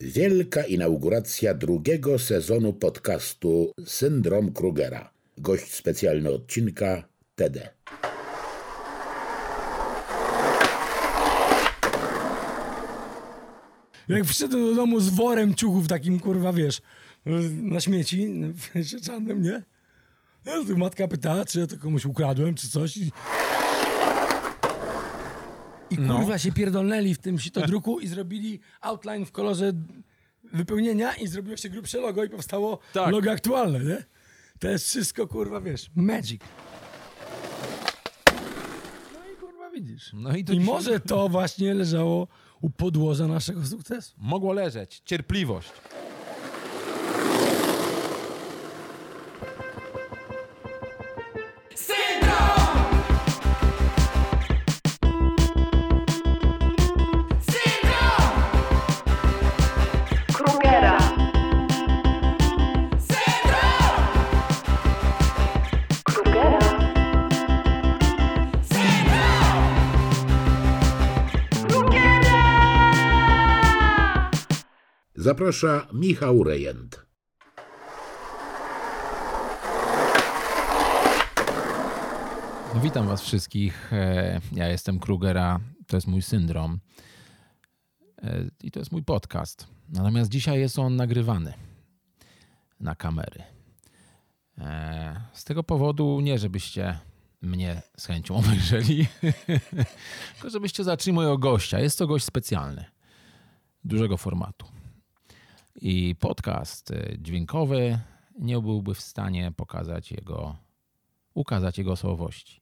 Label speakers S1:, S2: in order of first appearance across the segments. S1: Wielka inauguracja drugiego sezonu podcastu Syndrom Krugera. Gość specjalny odcinka TD.
S2: Jak wszedłem do domu z worem ciuchów takim, kurwa, wiesz, na śmieci, wiesz, czarnym, nie? No, to matka pytała, czy ja to komuś ukradłem, czy coś. I, I kurwa się pierdolnęli w tym sitodruku i zrobili outline w kolorze wypełnienia i zrobiło się grubsze logo i powstało
S3: Tak.
S2: logo aktualne, nie? To jest wszystko, kurwa, wiesz, magic. No i kurwa widzisz.
S3: No i to
S2: I
S3: ci-
S2: może to właśnie leżało u podłoża naszego sukcesu.
S3: Mogło leżeć. Cierpliwość.
S4: Krugera. Krugera. Krugera.
S1: Zaprasza Michał Rejent.
S3: No, witam was wszystkich. E, Ja jestem Krugera. To jest mój syndrom. E, I to jest mój podcast. Natomiast dzisiaj jest on nagrywany na kamery. E, Z tego powodu nie, żebyście mnie z chęcią obejrzeli, tylko żebyście zaczęli mojego gościa. Jest to gość specjalny, dużego formatu. I podcast e, dźwiękowy nie byłby w stanie pokazać jego ukazać jego osobowości.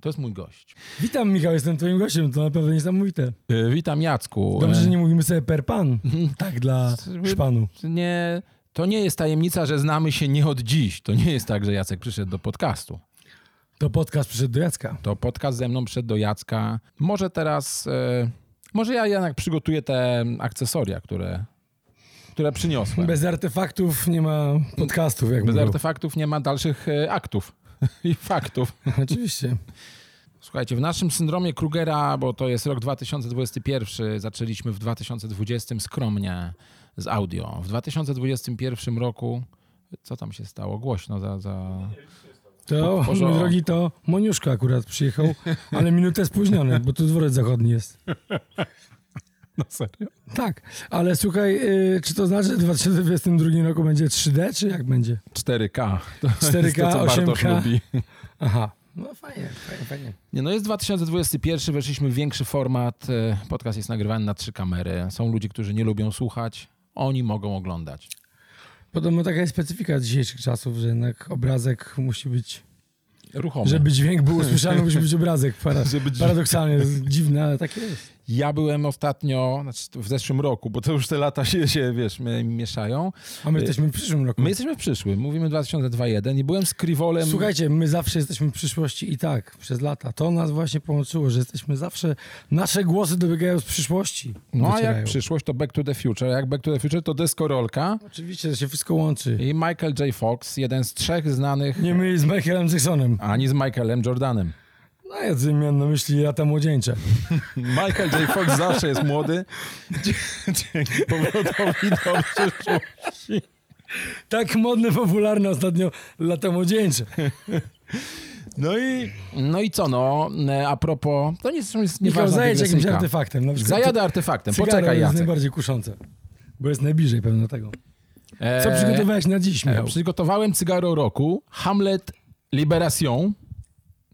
S3: To jest mój gość.
S2: Witam Michał, jestem twoim gościem, to naprawdę niesamowite.
S3: E, Witam Jacku.
S2: Dobrze,
S3: E,
S2: że nie mówimy sobie per pan, tak dla szpanu.
S3: Y, nie. To nie jest tajemnica, że znamy się nie od dziś. To nie jest tak, że Jacek przyszedł do podcastu.
S2: To podcast przyszedł do Jacka.
S3: To podcast ze mną przyszedł do Jacka. Może teraz. E, może ja jednak przygotuję te akcesoria, które, które przyniosłem. Bez,
S2: Bez artefaktów nie ma podcastów, jak mówią.
S3: artefaktów nie ma dalszych e, aktów i faktów.
S2: Oczywiście.
S3: Słuchajcie, w naszym syndromie Krugera, bo to jest rok 2021, zaczęliśmy w 2020 skromnie z audio. W 2021 roku, co tam się stało? Głośno za... za...
S2: To,
S3: Po- porządku.
S2: mój drogi, to Moniuszka akurat przyjechał, ale minutę spóźniony, bo tu dworzec zachodni jest.
S3: No serio?
S2: Tak, ale słuchaj, y, czy to znaczy, że w 2022 roku będzie 3D, czy jak będzie?
S3: 4K. To
S2: 4K,
S3: jest to, co Bartosz
S2: 8K.
S3: lubi.
S2: Aha. No fajnie, fajnie, fajnie.
S3: Nie, no jest 2021, weszliśmy w większy format. e, Podcast jest nagrywany na trzy kamery. Są ludzie, którzy nie lubią słuchać. Oni mogą oglądać.
S2: Podobno taka jest specyfika dzisiejszych czasów, że jednak obrazek musi być
S3: Ruchomo.
S2: Żeby dźwięk był usłyszany, musi być obrazek. Para,
S3: Żeby dźwięk-
S2: Paradoksalnie, to jest dziwne, ale tak jest.
S3: Ja byłem ostatnio, znaczy w zeszłym roku, bo to już te lata się, się wiesz, mi- mieszają.
S2: A my jesteśmy w przyszłym roku.
S3: E, My jesteśmy w przyszłym, mówimy 2021 i byłem z Krivolem.
S2: Słuchajcie, my zawsze jesteśmy w przyszłości i tak, przez lata. To nas właśnie połączyło, że jesteśmy zawsze, nasze głosy dobiegają z przyszłości.
S3: no a
S2: Docierają.
S3: jak przyszłość to Back to the Future, jak Back to the Future to deskorolka
S2: Oczywiście, że się wszystko łączy.
S3: i Michael J. Fox, jeden z trzech znanych,
S2: Nie my z Michaelem Jacksonem.
S3: ani z Michaelem Jordanem.
S2: No ja co miałem na myśli lata młodzieńcze.
S3: Michael J. Fox zawsze jest młody. Dzięki powrotowi do przyszłości.
S2: Tak modne, popularne ostatnio lata młodzieńcze.
S3: No i, no i co, no, a propos, to nie jest, jest
S2: Michał,
S3: nieważna
S2: zajedź jakimś
S3: dygresyjka.
S2: artefaktem. Na przykład
S3: Zajadę artefaktem,
S2: cygaro
S3: poczekaj
S2: jest
S3: Jacek.
S2: najbardziej kuszące, bo jest najbliżej pewno tego. Co
S3: Eee,
S2: przygotowałeś na dziś,
S3: E,
S2: Michał?
S3: Przygotowałem cygaro roku, Hamlet Liberation.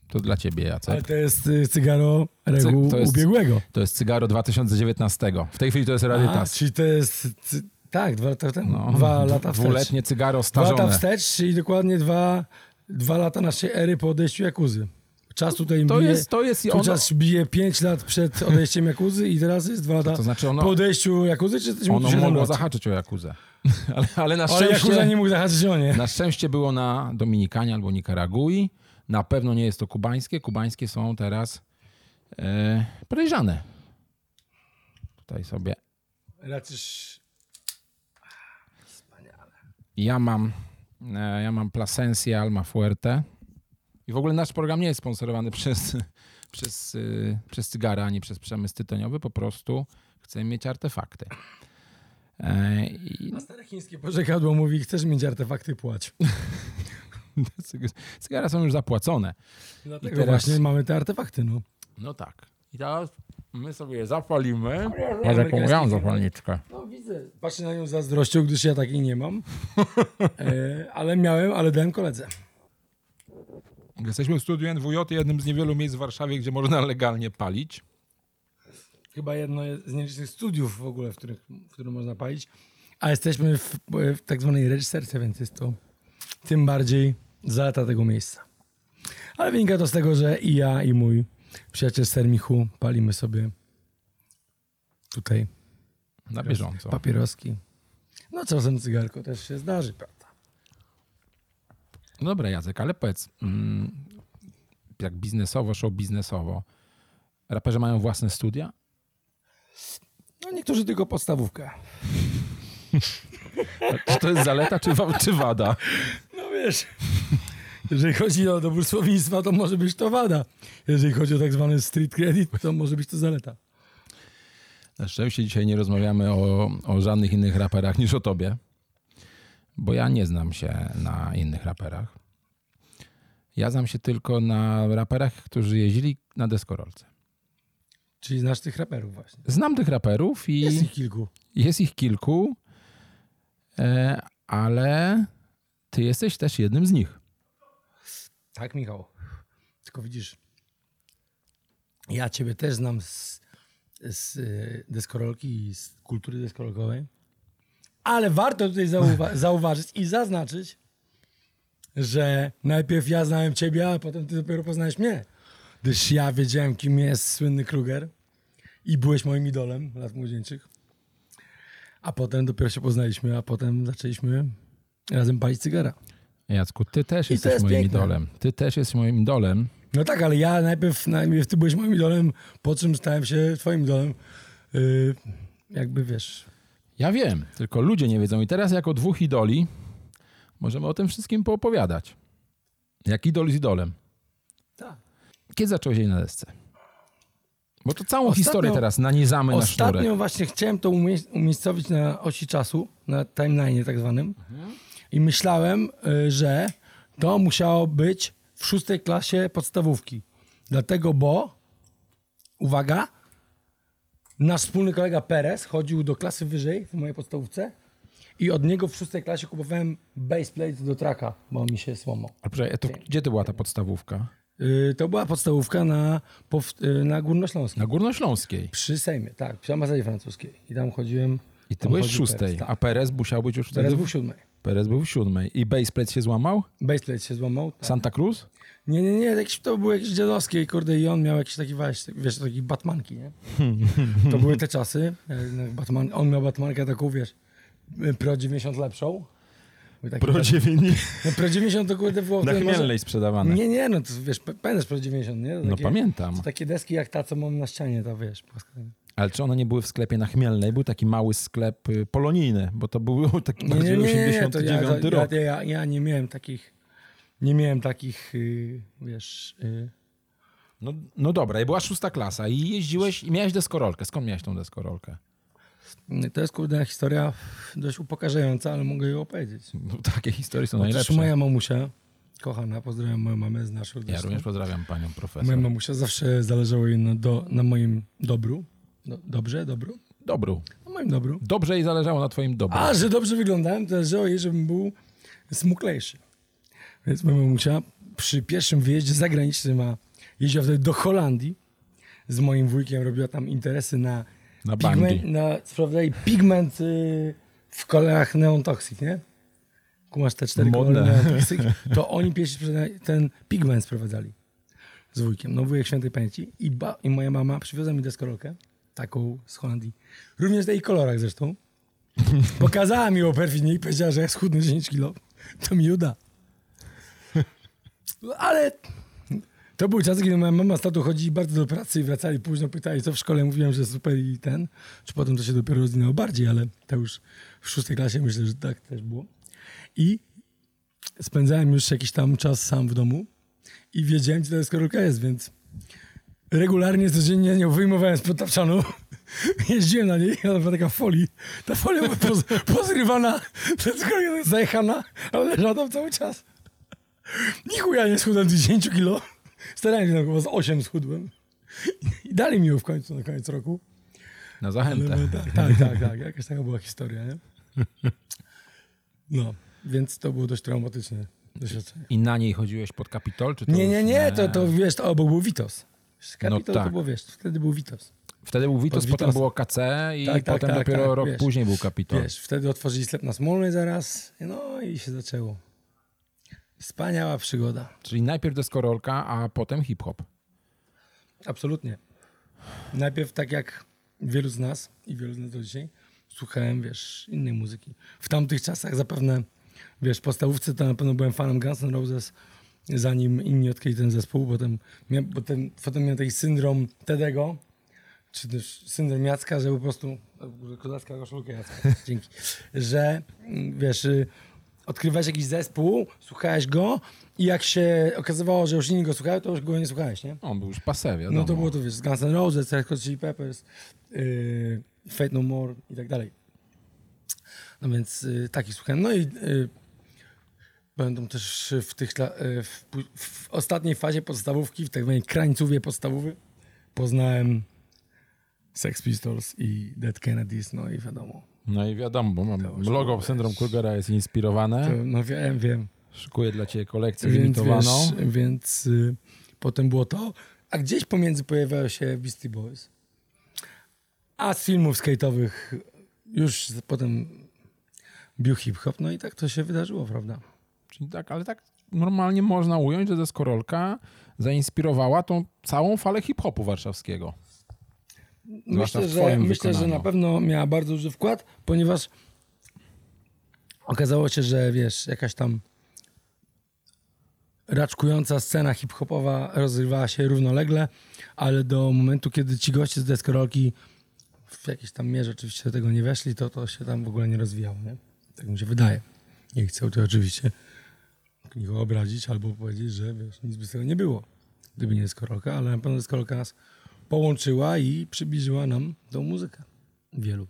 S3: To dla ciebie,
S2: Ale
S3: Jacek.
S2: to jest y, cygaro reguł
S3: Cy- to jest-
S2: ubiegłego.
S3: To jest cygaro 2019. W tej chwili to jest
S2: A,
S3: rarytas.
S2: czyli to jest. cy- Tak, dwa lata temu.
S3: No,
S2: dwa
S3: d-
S2: lata wstecz.
S3: Dwuletnie cygaro
S2: Dwa lata
S3: starzone.
S2: wstecz, czyli dokładnie dwa, dwa lata naszej ery po odejściu Jakuzy. Czas tutaj
S3: To
S2: bije,
S3: jest, to jest i
S2: tu
S3: ono,
S2: czas bije 5 lat przed odejściem Jakuzy i teraz jest dwa lata
S3: To znaczy ono-
S2: po odejściu Jakuzy, czy jesteśmy
S3: ono
S2: tu siedem
S3: mogło
S2: lat?
S3: zahaczyć o Jakuzę. Ale, ale na
S2: Ale Jakuza
S3: szczęście,
S2: nie mógł zahaczyć o nie.
S3: na szczęście było na Dominikanie albo Nikaragui. Na pewno nie jest to kubańskie. Kubańskie są teraz e, podejrzane. Tutaj sobie
S2: Raczysz...
S3: Ja mam, e, ja mam Plasencia Alma Fuerte. I w ogóle nasz program nie jest sponsorowany przez, przez, y, przez cygara ani przez przemysł tytoniowy. Po prostu chcemy mieć artefakty. E, i-
S2: A stare chińskie pożekadło mówi, chcesz mieć artefakty, płać.
S3: Cygara są już zapłacone.
S2: Dlatego
S3: teraz-
S2: właśnie mamy te artefakty, no.
S3: No tak. I teraz my sobie je zapalimy.
S2: Ja zapomniałem
S3: zapalniczkę.
S2: No widzę. Patrzę na nią z zazdrością, gdyż ja takiej nie mam. E, ale miałem, ale dałem koledze.
S3: Jesteśmy w studiu NWJ, jednym z niewielu miejsc w Warszawie, gdzie można legalnie palić.
S2: Chyba jedno z nielicznych studiów w ogóle, w, których, w którym można palić. A jesteśmy w, w tak zwanej reżyserce, więc jest to tym bardziej zaleta tego miejsca. Ale wynika to z tego, że i ja, i mój przyjaciel Sermichu palimy sobie tutaj
S3: Na bieżąco.
S2: papieroski. No czasem cygarko też się zdarzy, prawda?
S3: No Dobra, Jacek, ale powiedz, mm, jak biznesowo, show biznesowo, raperzy mają własne studia?
S2: No niektórzy tylko podstawówkę.
S3: Czy to jest zaleta, czy, wa- czy wada?
S2: No wiesz, jeżeli chodzi o dobór słownictwa, to może być to wada. Jeżeli chodzi o tak zwany street credit, to może być to zaleta.
S3: Na szczęście dzisiaj nie rozmawiamy o, o żadnych innych raperach niż o tobie, bo ja nie znam się na innych raperach. Ja znam się tylko na raperach, którzy jeździli na deskorolce.
S2: Czyli znasz tych raperów właśnie.
S3: Znam tych raperów i
S2: Jest ich kilku.
S3: jest ich kilku, e, ale ty jesteś też jednym z nich.
S2: Tak, Michał. Tylko widzisz, ja ciebie też znam z, z y, deskorolki i z kultury deskorolkowej, ale warto tutaj zauwa- zauważyć i zaznaczyć, że najpierw ja znałem ciebie, a potem ty dopiero poznałeś mnie. Gdyż ja wiedziałem, kim jest słynny Kruger i byłeś moim idolem lat młodzieńczych. A potem dopiero się poznaliśmy, a potem zaczęliśmy razem palić cygara.
S3: Jacku, ty też
S2: I to
S3: jesteś
S2: jest
S3: moim
S2: piękne.
S3: idolem. Ty też jesteś moim idolem.
S2: No tak, ale ja najpierw, najpierw ty byłeś moim idolem, po czym stałem się twoim idolem. Yy, jakby wiesz.
S3: Ja wiem, tylko ludzie nie wiedzą. I teraz jako dwóch idoli możemy o tym wszystkim poopowiadać. Jak idol z idolem.
S2: Tak.
S3: Kiedy zacząłeś jeździć na desce? Bo to całą
S2: Ostatnio-
S3: historię teraz nanizamy na
S2: Ostatnio
S3: sznurek.
S2: właśnie chciałem to umie- umiejscowić na osi czasu, na timeline tak zwanym. I myślałem, y, że to musiało być w szóstej klasie podstawówki. Dlatego, bo uwaga, nasz wspólny kolega Perez chodził do klasy wyżej w mojej podstawówce i od niego w szóstej klasie kupowałem baseplate do traka, bo mi się słomał.
S3: A Poczekaj, to, gdzie to była ta podstawówka?
S2: Y, To była podstawówka na, pow- y, na Górnośląskiej.
S3: Na Górnośląskiej.
S2: Przy Sejmie, tak, przy ambasadzie francuskiej. I tam chodziłem.
S3: I ty
S2: tam
S3: byłeś w
S2: chodził
S3: szóstej,
S2: Perez,
S3: a
S2: tak.
S3: Perez musiał być już wtedy...
S2: Perez był w siódmej.
S3: Perez był w siódmej. I baseplate się złamał?
S2: Baseplate się złamał. Tak.
S3: Santa Cruz?
S2: Nie, nie, nie, jakieś, to były jakieś dziadowskie, kurde, i on miał jakieś takie, wiesz, wiesz takie batmanki, nie? To były te czasy. jak Batman, on miał batmankę taką, wiesz, e, pro 90 lepszą. Były takie-
S3: dziewięć.
S2: no, pro 90 to kurde było...
S3: Na
S2: wtedy może-
S3: Chmielnej sprzedawane.
S2: Nie, nie, no to wiesz, p- pamiętasz pro 90, nie? To
S3: No pamiętam.
S2: to Takie deski jak ta, co mam na ścianie, ta, wiesz, płaska.
S3: Ale czy one nie były w sklepie na Chmielnej? Był taki mały sklep y, polonijny, bo to był taki
S2: Nie, nie,
S3: bardziej
S2: nie, nie, nie, to
S3: 89
S2: ja, to, ja,
S3: rok.
S2: ja, ja, ja nie miałem takich, nie miałem takich, y, wiesz, y,
S3: No, no dobra, i była szósta klasa i jeździłeś i miałeś deskorolkę. Skąd miałeś tą deskorolkę?
S2: y, to jest kurde historia dość upokarzająca, ale mogę ją opowiedzieć.
S3: No, takie historie są
S2: Otóż
S3: najlepsze.
S2: moja mamusia, kochana, pozdrawiam moją mamę z naszą
S3: Ja również pozdrawiam panią profesor.
S2: Moja mamusia zawsze zależało jej na, do, na moim dobru, do, dobrze, dobru,
S3: Dobru.
S2: na moim dobru.
S3: Dobrze jej zależało na twoim dobru.
S2: A, że dobrze wyglądałem, to zależało jej, żebym był smuklejszy. Więc moja mamusia przy pierwszym wyjeździe zagranicznym, a jeździła wtedy do Holandii, z moim wujkiem robiła tam interesy na...
S3: Na
S2: pigment,
S3: bandy.
S2: na sprawdzali pigment y, w kolorach Neon Toxic, nie? Kumasz te cztery
S3: Modne.
S2: kolory Neon Toxic, to oni pierwsi sprzeda- ten pigment sprowadzali z wujkiem. No wujek świętej pamięci i, ba- i moja mama przywiozła mi deskorolkę, taką z Holandii, również w jej kolorach zresztą. Pokazała mi ją perfidnie i powiedziała, że jak schudnę 10 kilo, to mi uda. Ale to były czasy, kiedy moja mama z tatą chodzili bardzo do pracy i wracali późno, pytali co w szkole, mówiłem, że super i ten, czy potem to się dopiero rozwinęło bardziej, ale to już w szóstej klasie myślę, że tak też było. I spędzałem już jakiś tam czas sam w domu i wiedziałem, gdzie ta deskorolka jest, więc regularnie, codziennie ją wyjmowałem z podtapczanu Jeździłem na niej, ona była taka w folii. Ta folia była poz, pozrywana, przez kolejną zajechana, ale leżała tam cały czas. Nichu ja nie schudłem 10 kilo. Starałem się, tam chyba z 8 schudłem. I dali mi ją w końcu, na koniec roku.
S3: Na
S2: Ale
S3: zachętę.
S2: no, tak, tak, tak, tak. Jakaś taka była historia, nie? No, więc to było dość traumatyczne doświadczenie.
S3: I na niej chodziłeś pod kapitol? Czy to
S2: Nie,
S3: już-
S2: nie, nie, to, to wiesz, to obok był Witos. Kapitol
S3: tak.
S2: to było, wiesz, wtedy był Witos.
S3: Wtedy był Witos,
S2: Pod
S3: potem
S2: Witosem.
S3: było KC i
S2: Tak, tak,
S3: potem
S2: tak,
S3: dopiero
S2: tak,
S3: rok
S2: wiesz.
S3: później był kapitol.
S2: Wiesz, wtedy otworzyli sklep na Smolny zaraz, no i się zaczęło. Wspaniała przygoda.
S3: Czyli najpierw deskorolka, a potem hip-hop.
S2: Absolutnie. Najpierw tak jak wielu z nas i wielu z nas do dzisiaj, słuchałem, wiesz, innej muzyki. W tamtych czasach zapewne, wiesz, w podstawówce to na pewno byłem fanem Guns N' Roses, zanim inni odkryli ten zespół, potem miałem, potem, potem miałem taki syndrom Tedego, czy też syndrom Jacka, że po prostu, a w ogóle kozacka koszulka Jacka, dzięki, że mm, wiesz, y, odkrywałeś jakiś zespół, słuchałeś go i jak się okazywało, że już inni go słuchają, to już go nie słuchałeś, nie?
S3: On był już pasewia.
S2: No to było to, wiesz, Guns N' Roses, Red Hot Chili Peppers, yy, Fate No More i tak dalej. No więc yy, takich słuchałem. No i yy, będą też w tych la- yy, w, pó- w ostatniej fazie podstawówki, w tak zwanej krańcówie podstawowy, poznałem Sex Pistols i Dead Kennedys, no i wiadomo.
S3: No i wiadomo, bo mam logo Syndrom Krugera jest inspirowane.
S2: To, no wiem, wiem.
S3: Szykuję dla ciebie kolekcję
S2: Więc,
S3: limitowaną.
S2: wiesz, więc y, potem było to. A gdzieś pomiędzy pojawiały się Beastie Boys. A z filmów skate'owych już z- potem bił hip-hop. No i tak to się wydarzyło, prawda?
S3: Czyli tak, ale tak normalnie można ująć, że deskorolka zainspirowała tą całą falę hip-hopu warszawskiego. Zwłaszcza
S2: Myślę,
S3: w
S2: że,
S3: twoim
S2: myślę że
S3: wykonaniu.
S2: na pewno miała bardzo duży wkład, ponieważ okazało się, że wiesz, jakaś tam raczkująca scena hip-hopowa rozrywała się równolegle, ale do momentu, kiedy ci goście z deskorolki w jakiejś tam mierze oczywiście do tego nie weszli, to to się tam w ogóle nie rozwijało, nie? Tak mi się wydaje. Nie chcę tu oczywiście nikogo obrazić albo powiedzieć, że wiesz, nic by z tego nie było, gdyby nie deskorolka, ale na pewno deskorolka nas połączyła i przybliżyła nam tą muzykę. Wielu.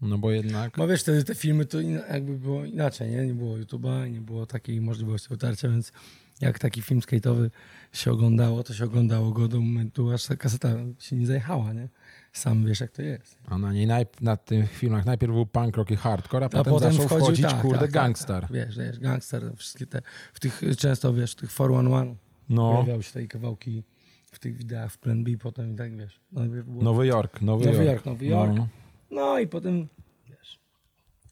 S3: No bo jednak
S2: Bo wiesz, wtedy te filmy to in- jakby było inaczej, nie? Nie było YouTube'a, nie było takiej możliwości dotarcia, więc jak taki film skate'owy się oglądało, to się oglądało go do momentu, aż ta kaseta się nie zajechała, nie? Sam wiesz, jak to jest.
S3: a na niej najp- na tych filmach najpierw był punk rock i hardcore, a, potem, zaczął
S2: wchodził-
S3: wchodzić
S2: tak,
S3: kurde
S2: tak, tak,
S3: gangster.
S2: Tak, wiesz, wiesz, gangster, wszystkie te, w tych, często wiesz, w tych 411
S3: No.
S2: pojawiały się te kawałki w tych wideach w Plan B potem i tak, wiesz. No, najpierw było-
S3: Nowy Jork, Nowy,
S2: Nowy
S3: Jork.
S2: Jork, Nowy Jork.
S3: No.
S2: No i potem, wiesz,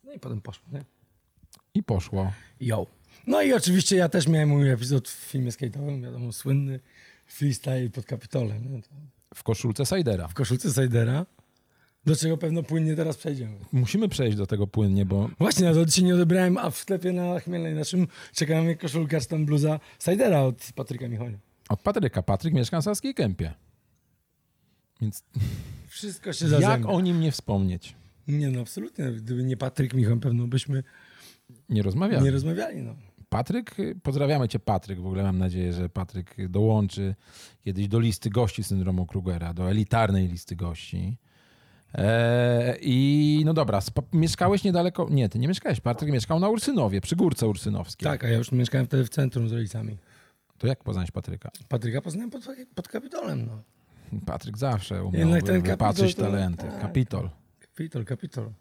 S2: no i potem poszło, nie?
S3: I poszło.
S2: Yo. No i oczywiście ja też miałem mój epizod w filmie skate'owym, wiadomo, słynny freestyle pod Kapitolem. nie? To
S3: W koszulce Sajdera.
S2: W koszulce Sajdera, do czego pewno płynnie teraz przejdziemy.
S3: Musimy przejść do tego płynnie, bo
S2: Właśnie, na to dzisiaj nie odebrałem, a w sklepie na Chmielnej naszym czekała mnie koszulka czy tam bluza Sajdera od Patryka Michonia.
S3: od Patryka. Patryk mieszka na Saskiej Kępie. Więc
S2: Wszystko się zazębia.
S3: jak o nim nie wspomnieć?
S2: Nie no, absolutnie. Gdyby nie Patryk Michon, pewno byśmy
S3: Nie rozmawiamy.
S2: nie rozmawiali, no.
S3: Patryk, y, pozdrawiamy cię Patryk, w ogóle mam nadzieję, że Patryk y, dołączy kiedyś do listy gości syndromu Krugera, do elitarnej listy gości. Eee, I no dobra, spa- mieszkałeś niedaleko, nie, ty nie mieszkałeś, Patryk mieszkał na Ursynowie, przy Górce Ursynowskiej.
S2: Tak, a ja już mieszkałem wtedy w centrum z rodzicami.
S3: To jak poznać Patryka?
S2: Patryka poznałem pod, pod Kapitolem, no.
S3: Patryk zawsze umiał
S2: Jednak No ten
S3: wy- wypatrzyć
S2: kapitol to- Tak.
S3: talenty. Kapitol.
S2: Kapitol, kapitol.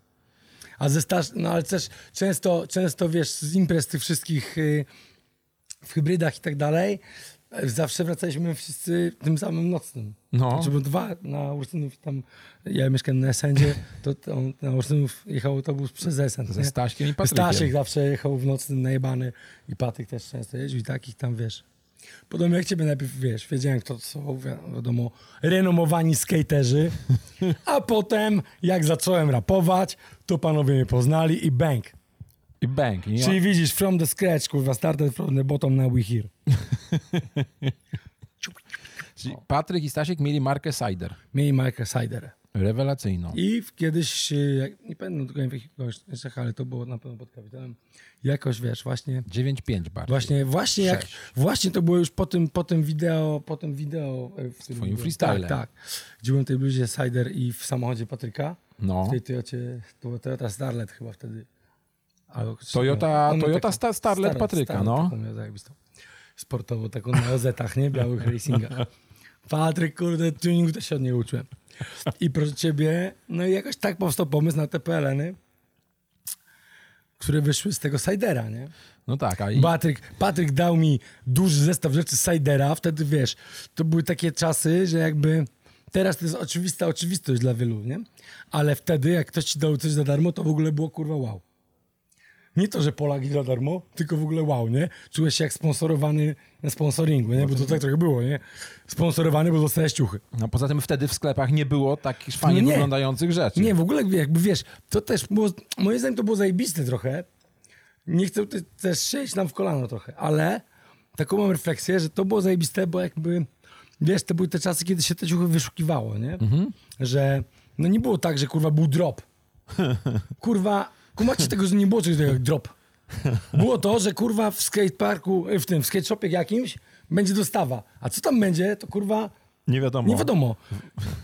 S2: A ze staż... No ale też często, często wiesz, z imprez tych wszystkich y, w hybrydach i tak dalej, y, zawsze wracaliśmy wszyscy tym samym nocnym.
S3: No,
S2: Znaczy, bo dwa na Ursynów tam, ja mieszkałem na Esendzie, to tam, na Ursynów jechał autobus przez Esend.
S3: ze
S2: nie?
S3: Staśkiem i Patrykiem.
S2: Stasiek zawsze jechał w nocnym najebany i Patryk też często jeździł i takich tam, wiesz. Podobnie jak ciebie najpierw, wiesz, wiedziałem kto to są, wi- wiadomo, renomowani skaterzy, a potem jak zacząłem rapować, to panowie mnie poznali i bang.
S3: I bank. I
S2: Czyli widzisz, from the scratch, kurwa, started from the bottom, now we here.
S3: Czyli Patryk i Stasiek mieli markę Cider.
S2: Miej Michael Sider.
S3: Rewelacyjną.
S2: I w- kiedyś, y, jak- nie pamiętam dokładnie w jakich okolicznościach, ale to było na pewno pod kapitanem, jakoś, wiesz, właśnie
S3: 9,5 bardziej.
S2: Właśnie, właśnie, jak,
S3: Sześć.
S2: właśnie to było już po tym, po tym wideo, po tym wideo. e, W tym
S3: twoim
S2: wideo.
S3: freestylem.
S2: Tak, tak. Gdzie byłem w tej bluzie Cider i w samochodzie Patryka.
S3: No.
S2: W tej Toyocie, to była Toyota Starlet chyba wtedy. Albo-
S3: Toyota-
S2: Ona tak-
S3: Toyota Sta- Starlet Patryka, no.
S2: Taką miała zajebistą. Sportowo, taką na OZ-ach, nie? Białych racingach. Patryk, kurde, tuningu też się od niego uczyłem. I proszę ciebie, no i jakoś tak powstał pomysł na te PLN-y, które wyszły z tego Sidera, nie?
S3: No tak, a i...
S2: Patryk, Patryk dał mi duży zestaw rzeczy z Sidera, wtedy wiesz, to były takie czasy, że jakby teraz to jest oczywista oczywistość dla wielu, nie? Ale wtedy, jak ktoś ci dał coś za darmo, to w ogóle było kurwa wow. Nie to, że Polak i za darmo, tylko w ogóle wow, nie? Czułeś się jak sponsorowany na sponsoringu, nie? Bo to tak trochę było, nie? Sponsorowany, bo dostałeś ciuchy.
S3: No poza tym wtedy w sklepach nie było takich fajnie
S2: No Nie.
S3: wyglądających rzeczy.
S2: Nie, w ogóle jakby wiesz, to też było, moim zdaniem to było zajebiste trochę. Nie chcę te- też siedzieć nam w kolano trochę, ale taką mam refleksję, że to było zajebiste, bo jakby, wiesz, to były te czasy, kiedy się te ciuchy wyszukiwało, nie? Że no nie było tak, że kurwa był drop. Kurwa, kumacie tego, że nie było czegoś takiego jak drop. Było to, że kurwa w skateparku, e, w tym, w skate shopie jakimś będzie dostawa. A co tam będzie, to kurwa
S3: nie wiadomo.
S2: nie wiadomo.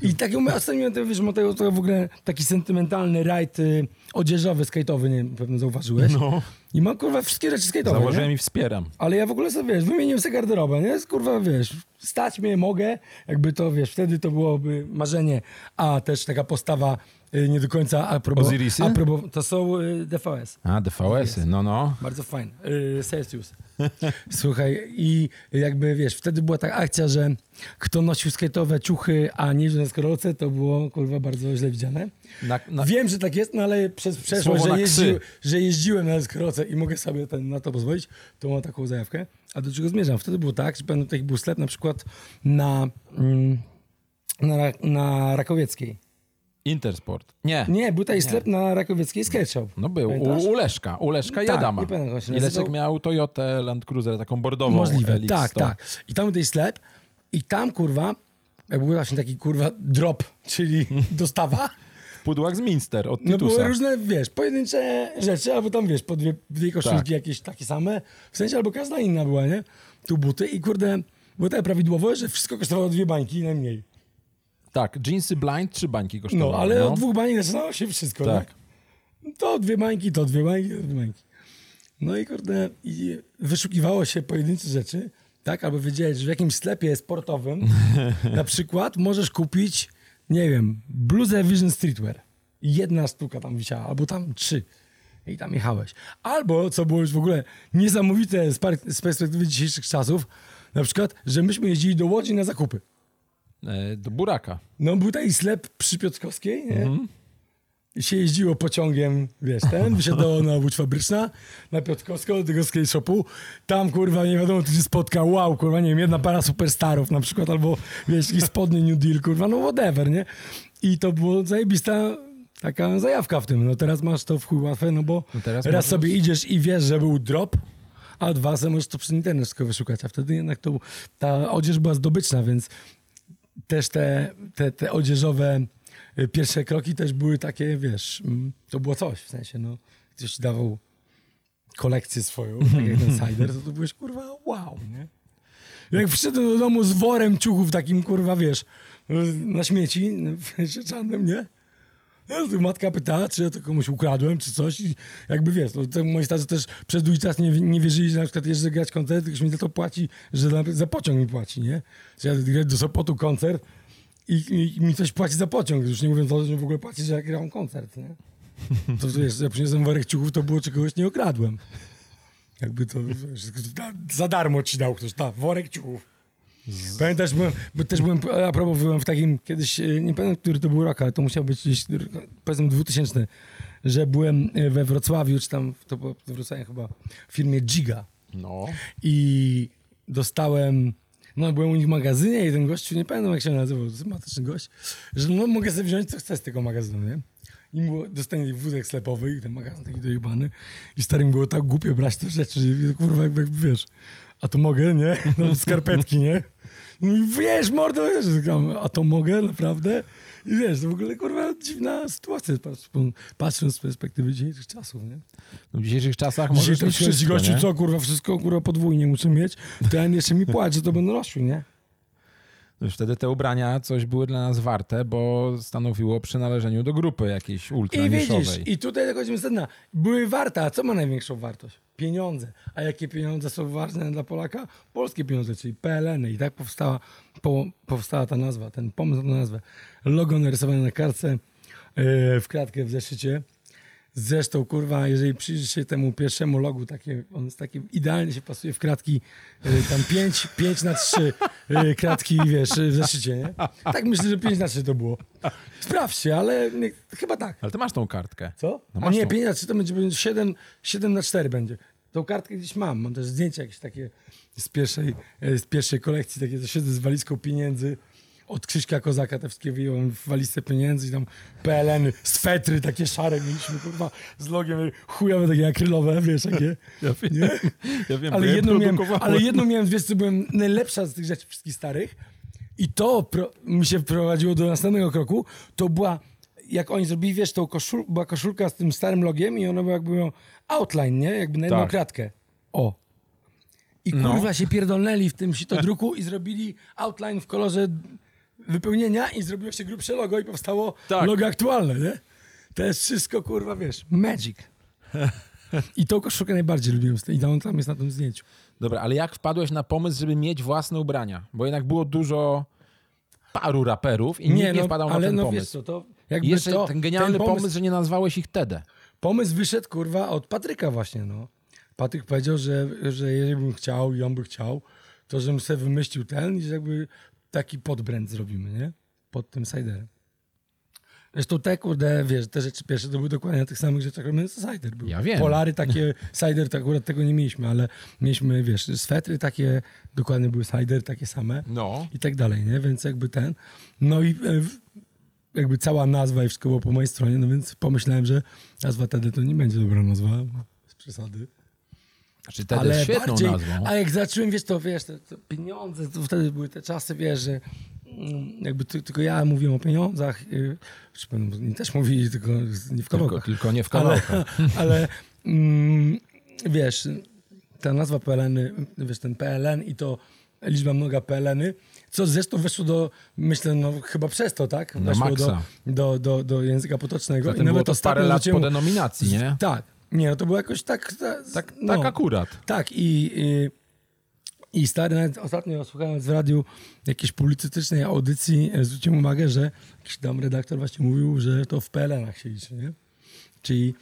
S2: I tak jak mówię, ostatnio miałem tego, wiesz, mam tego, tego w ogóle taki sentymentalny rajd y, odzieżowy, skate'owy, nie wiem, pewnie zauważyłeś.
S3: No.
S2: I mam, kurwa, wszystkie rzeczy skate'owe,
S3: Założyłem
S2: nie?
S3: i wspieram.
S2: Ale ja w ogóle sobie, wiesz, wymieniłem sobie garderobę, nie? Jest, Kurwa, wiesz, stać mnie mogę, jakby to, wiesz, wtedy to byłoby marzenie, a też taka postawa y, nie do końca aprobo...
S3: Osirisy?
S2: aprobo to są y, DVS.
S3: A, DVS-y, no no.
S2: Bardzo fajne. Yy, Celsius. Słuchaj, i jakby wiesz, wtedy była taka akcja, że kto nosił skate'owe ciuchy, a nie jeździł na skorolce, to było kurwa bardzo źle widziane.
S3: Na, na...
S2: Wiem, że tak jest, no ale przez przeszłość,
S3: Słowo na
S2: że,
S3: ksy.
S2: jeździł, że jeździłem na skorolce i mogę sobie ten, na to pozwolić, to mam taką zajawkę. A do czego zmierzam? Wtedy było tak, że pamiętam, taki był sklep na przykład na, mm, na, Ra- na Rakowieckiej.
S3: Intersport. Nie.
S2: Nie, był taki sklep na Rakowieckiej Skate Shop.
S3: No był, u,
S2: Pamiętasz?
S3: u Leszka, u Leszka i
S2: Tak,
S3: Adama.
S2: nie pamiętam, jak on się
S3: I Leszek
S2: nazywał.
S3: miał Toyotę Land Cruiser, taką bordową.
S2: Możliwe,
S3: LX100.
S2: tak, tak. I tam był ten sklep i tam, kurwa, jak był właśnie taki, kurwa, drop, czyli dostawa,
S3: W pudłach z Minster od
S2: no
S3: Titusa.
S2: były różne, wiesz, pojedyncze rzeczy, albo tam, wiesz, po dwie, dwie koszulki
S3: Tak.
S2: jakieś takie same, w sensie albo każda inna była, nie? Tu buty i, kurde, było tak prawidłowo, że wszystko kosztowało dwie bańki najmniej.
S3: Tak, jeansy blind trzy bańki kosztowały.
S2: No, ale od dwóch bańki zaczynało się wszystko,
S3: Tak.
S2: tak? To dwie bańki, to dwie bańki, to dwie bańki. No i kurde, i wyszukiwało się pojedyncze rzeczy, tak? Albo wiedziałeś, że w jakimś sklepie sportowym na przykład możesz kupić, nie wiem, bluzę Vision Streetwear. I Jedna sztuka tam wisiała, albo tam trzy. I tam jechałeś. Albo, co było już w ogóle niesamowite z par- z perspektywy dzisiejszych czasów, na przykład, że myśmy jeździli do Łodzi na zakupy.
S3: E, Do Buraka.
S2: No był taki sklep przy Piotrkowskiej, nie?
S3: Mhm.
S2: I się jeździło pociągiem, wiesz, ten, wysiadało na Łódź Fabryczna, na Piotrkowską, do tego skate shopu. Tam, kurwa, nie wiadomo, kto się spotka, wow, kurwa, nie wiem, jedna para superstarów na przykład, albo, wiesz, jakiś spodnie New Deal, kurwa, no whatever, nie? I to było zajebista taka zajawka w tym. No teraz masz to w chuj łatwe, no bo
S3: No teraz
S2: raz
S3: możesz-
S2: sobie idziesz i wiesz, że był drop, a dwa, sobie możesz to przez internet wszystko wyszukać, a wtedy jednak to, ta odzież była zdobyczna, więc też te, te, te odzieżowe y, pierwsze kroki też były takie, wiesz, mm, to było coś, w sensie, no, ktoś ci dawał kolekcję swoją, tak jak ten cider, to tu byłeś, kurwa, wow, nie? Jak przyszedłem do domu z worem ciuchów takim, kurwa, wiesz, y, na śmieci, y, sieczanym, nie? No, to Matka pytała, czy ja to komuś ukradłem, czy coś. I jakby wiesz, no, to moi starzy też przez długi czas nie, nie wierzyli, że na przykład jeżdżę grać koncert, ktoś mi za to płaci, że za, za pociąg mi płaci, nie? Że ja grać do Sopotu koncert i, i, i mi coś płaci za pociąg. Już nie mówiąc o tym, że w ogóle płaci, że ja grałem koncert, nie? To wiesz, ja przyniosłem worek ciuchów, to było czegoś nie okradłem. Jakby to wiesz, da- za darmo ci dał ktoś, tak, ta, worek ciuchów. Pamiętasz, byłem, bo też byłem, a propos, byłem w takim kiedyś, e, nie pamiętam, który to był rok, ale to musiał być gdzieś, r- powiedzmy, 2000, że byłem e, we Wrocławiu, czy tam, to było w Wrocławiu chyba, w firmie Giga
S3: No.
S2: i dostałem, no byłem u nich w magazynie i ten gościu, nie pamiętam jak się nazywał, sympatyczny gość, że no mogę sobie wziąć co chcę z tego magazynu, nie? I mu dostanie wózek sklepowy i ten magazyn taki dojebany i starym było tak głupio brać te rzeczy, że kurwa jak, jak wiesz, a to mogę, nie? No skarpetki, nie? No i wiesz, mordo, wiesz, że tam, a to mogę, naprawdę? I wiesz, to w ogóle kurwa dziwna sytuacja, patrz- patrząc z perspektywy dzisiejszych czasów, nie?
S3: No, W dzisiejszych czasach
S2: Dzisiaj
S3: możesz
S2: to
S3: mieć
S2: wszyscy
S3: wszystko,
S2: gości,
S3: nie?
S2: co kurwa, wszystko kurwa podwójnie muszę mieć, to ja jeszcze mi płacę, to będą rosły, nie?
S3: Wiesz, Wtedy te ubrania coś były dla nas warte, bo stanowiło przynależeniu do grupy jakiejś
S2: I widzisz,
S3: ultraniszowej.
S2: i tutaj dochodzimy sedna. Były warte, a co ma największą wartość? Pieniądze. A jakie pieniądze są ważne dla Polaka? Polskie pieniądze, czyli PLN. I tak powstała, po, powstała ta nazwa, ten pomysł na nazwę. Logo narysowane na kartce, yy, w kratkę, w zeszycie. Zresztą, kurwa, jeżeli przyjrzysz się temu pierwszemu logu, takie, on jest taki, idealnie się pasuje w kratki, yy, tam 5, 5 na 3 yy, kratki, wiesz, yy, w zeszycie, nie? Tak myślę, że 5 na 3 to było. Sprawdź się, ale nie, chyba tak.
S3: Ale ty masz tą kartkę.
S2: Co?
S3: No
S2: A
S3: masz
S2: nie,
S3: tą.
S2: 5 na 3 to będzie, będzie 7, 7 na 4 będzie. Tą kartkę gdzieś mam, mam też zdjęcia jakieś takie z pierwszej, e, z pierwszej kolekcji, takie, że siedzę z walizką pieniędzy. Od Krzyśka Kozaka te wszystkie wyjąłem w walizce pieniędzy i tam PLN, swetry takie szare mieliśmy, kurwa, z logiem e, chujowe takie akrylowe, wiesz, takie.
S3: Ja wiem,
S2: Nie?
S3: ja wiem,
S2: ale,
S3: bo ja
S2: jedną miałem,
S3: produkowałem.
S2: ale jedną miałem, wiesz co, byłem najlepsza z tych rzeczy wszystkich starych i to pro, mi się wprowadziło do następnego kroku, to była, jak oni zrobili, wiesz, tą koszul, była koszulka z tym starym logiem i ona była jakby miała outline, nie? Jakby na jedną
S3: Tak.
S2: kratkę. O. I
S3: No.
S2: kurwa się pierdolnęli w tym sitodruku i zrobili outline w kolorze wypełnienia i zrobiło się grubsze logo i powstało
S3: Tak.
S2: logo aktualne, nie? To jest wszystko, kurwa, wiesz, magic. I tą koszulkę najbardziej lubiłem z tej- i on tam jest na tym zdjęciu.
S3: Dobra, ale jak wpadłeś na pomysł, żeby mieć własne ubrania? Bo jednak było dużo paru raperów i nikt nie wpadał na
S2: ale
S3: ten
S2: no wiesz
S3: pomysł.
S2: co, to jakby
S3: I jeszcze
S2: to,
S3: ten genialny
S2: ten
S3: pomysł, że nie nazwałeś ich Tede.
S2: Pomysł wyszedł, kurwa, od Patryka właśnie, no. Patryk powiedział, że, że jeżeli bym chciał i on by chciał, to żebym sobie wymyślił ten i że jakby taki podbrand zrobimy, nie? Pod tym ciderem. Zresztą te, kurde, wiesz, te rzeczy pierwsze to były dokładnie na tych samych rzeczach, robione co cider był.
S3: Ja wiem.
S2: Polary takie, cider to akurat tego nie mieliśmy, ale mieliśmy, wiesz, swetry takie, dokładnie były cider takie same
S3: No.
S2: i tak dalej, nie? Więc jakby ten. No i e, w- jakby cała nazwa i wszystko było po mojej stronie, no więc pomyślałem, że nazwa TD to nie będzie dobra nazwa. Z przesady.
S3: Znaczy Tede jest świetną nazwą.
S2: A jak zacząłem, wiesz, to wiesz, te, te pieniądze, to wtedy były te czasy, wiesz, że mm, jakby ty, tylko ja mówiłem o pieniądzach. y, Czy będą oni też mówili, tylko nie w
S3: Tylko,
S2: kawałkach.
S3: tylko nie w
S2: Ale,
S3: kawałkach.
S2: ale mm, wiesz, ta nazwa PLN, wiesz, ten PLN i to liczba mnoga PLN, co zresztą weszło do, myślę, no chyba przez to, tak?
S3: No,
S2: Weszło do,
S3: maksa.
S2: do, do, do języka potocznego.
S3: Zatem było to parę
S2: ostatnio
S3: lat
S2: zwróciłem-
S3: po denominacji, nie?
S2: Tak. Nie, no to było jakoś tak... ta-
S3: Tak,
S2: no.
S3: tak akurat.
S2: Tak, i, i, i stary, nawet ostatnio słuchając w radiu jakiejś publicystycznej audycji, e, zwróciłem uwagę, że jakiś tam redaktor właśnie mówił, że to w PLN-ach się liczy, nie? Czyli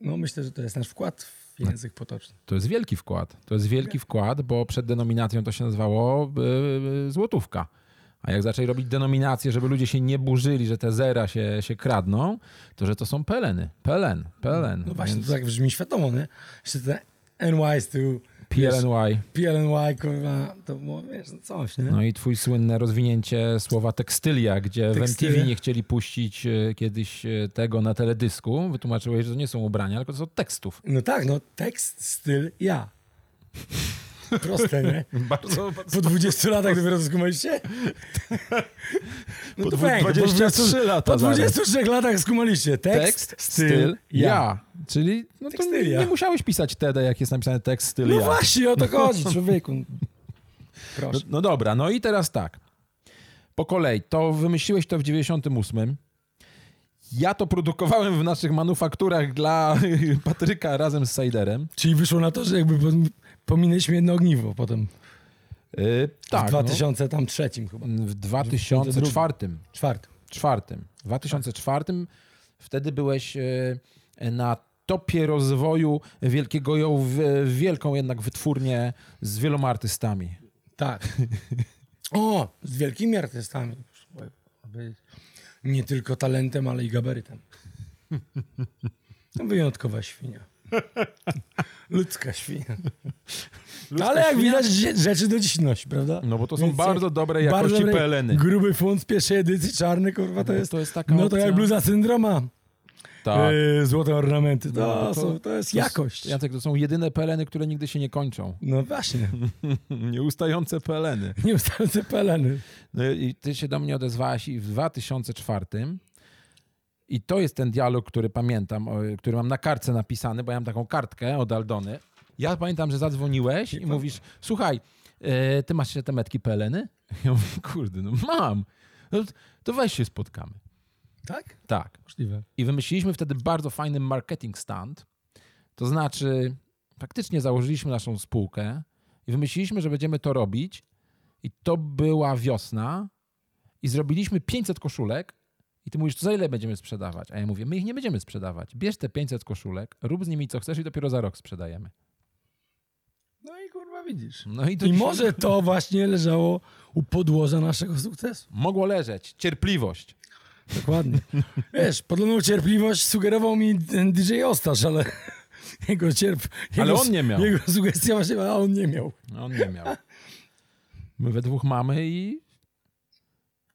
S2: no myślę, że to jest nasz wkład w
S3: Tak.
S2: język potoczny.
S3: To jest wielki wkład. To jest wielki wkład, bo przed denominacją to się nazywało yy, złotówka. A jak zaczęli robić denominację, żeby ludzie się nie burzyli, że te zera się, się kradną, to że to są peleny. Pelen, pelen.
S2: No właśnie,
S3: Więc
S2: to tak brzmi światomo, nie? Jeszcze te NY Y z tyłu, wiesz,
S3: PLNY.
S2: PLNY, Y, kurwa, to było, wiesz, no coś, nie?
S3: No i twój słynne rozwinięcie słowa tekstylia, gdzie
S2: Tekstylia.
S3: w MTV nie chcieli puścić y, kiedyś y, tego na teledysku. Wytłumaczyłeś, że to nie są ubrania, tylko to są tekstów.
S2: No tak, no tekst, styl, ja. Proste, nie?
S3: Bardzo,
S2: Po 20 latach dopiero to skumaliście? No
S3: Po
S2: to
S3: dwu-
S2: fajnie, po
S3: 23
S2: 20
S3: lata
S2: Po
S3: zaraz.
S2: 23 latach skumaliście. Tekst,
S3: tekst, styl, ja. Czyli no to
S2: Tekstyl,
S3: nie,
S2: ja.
S3: nie musiałeś pisać TED, jak jest napisane tekst, styl,
S2: No
S3: ja.
S2: właśnie, o to chodzi, człowieku.
S3: No,
S2: Proszę.
S3: no dobra, no i teraz tak. Po kolei, to wymyśliłeś to w 98. Ja to produkowałem w naszych manufakturach dla Patryka razem z Sajderem.
S2: Czyli wyszło na to, że jakby pom- pominęliśmy jedno ogniwo potem.
S3: Yy, tak,
S2: w 2003 chyba.
S3: no, w 2004.
S2: Czwartym.
S3: czwartym. W 2004 wtedy byłeś e, na topie rozwoju wielkiego, ją- w- wielką jednak wytwórnię z wieloma artystami.
S2: Tak. O, z wielkimi artystami. Nie tylko talentem, ale i gabarytem. Wyjątkowa świnia. Ludzka świnia. ale jak widać, rze- rzeczy do dziś nosi, prawda?
S3: No bo to są
S2: Więc
S3: bardzo
S2: jak-
S3: dobrej jakości peleny.
S2: Gruby fund z pierwszej edycji, czarny, kurwa, to
S3: No
S2: jest...
S3: to jest taka
S2: no to
S3: opcja.
S2: jak bluza syndroma.
S3: Tak.
S2: Yy, złote ornamenty. To,
S3: No, bo to-
S2: są, to jest jakość.
S3: Jacek, to są jedyne peleny, które nigdy się nie kończą.
S2: No właśnie,
S3: Nieustające peleny.
S2: nieustające peleny.
S3: No i ty się do mnie odezwałaś i w 2004 i to jest ten dialog, który pamiętam, o- który mam na kartce napisany, bo ja mam taką kartkę od Aldony. Ja pamiętam, że zadzwoniłeś i mówisz, słuchaj, e, ty masz jeszcze te metki peleny? Ja mówię, kurde, no mam. No, to- to weź się spotkamy.
S2: Tak?
S3: Tak.
S2: Możliwe.
S3: I wymyśliliśmy wtedy bardzo fajny marketing stand. To znaczy, faktycznie założyliśmy naszą spółkę i wymyśliliśmy, że będziemy to robić. I to była wiosna. I zrobiliśmy 500 koszulek. I ty mówisz, to za ile będziemy sprzedawać? A ja mówię, my ich nie będziemy sprzedawać. Bierz te 500 koszulek, rób z nimi co chcesz i dopiero za rok sprzedajemy.
S2: No i kurwa widzisz.
S3: No i to
S2: I
S3: dzisiaj
S2: może to właśnie leżało u podłoża naszego sukcesu.
S3: mogło leżeć. Cierpliwość.
S2: Dokładnie. Wiesz, podobną cierpliwość sugerował mi ten DJ Ostasz, ale jego cierp... Jego,
S3: Ale on nie miał.
S2: Jego sugestia właśnie, a on nie miał.
S3: No, On nie miał. My we dwóch mamy i...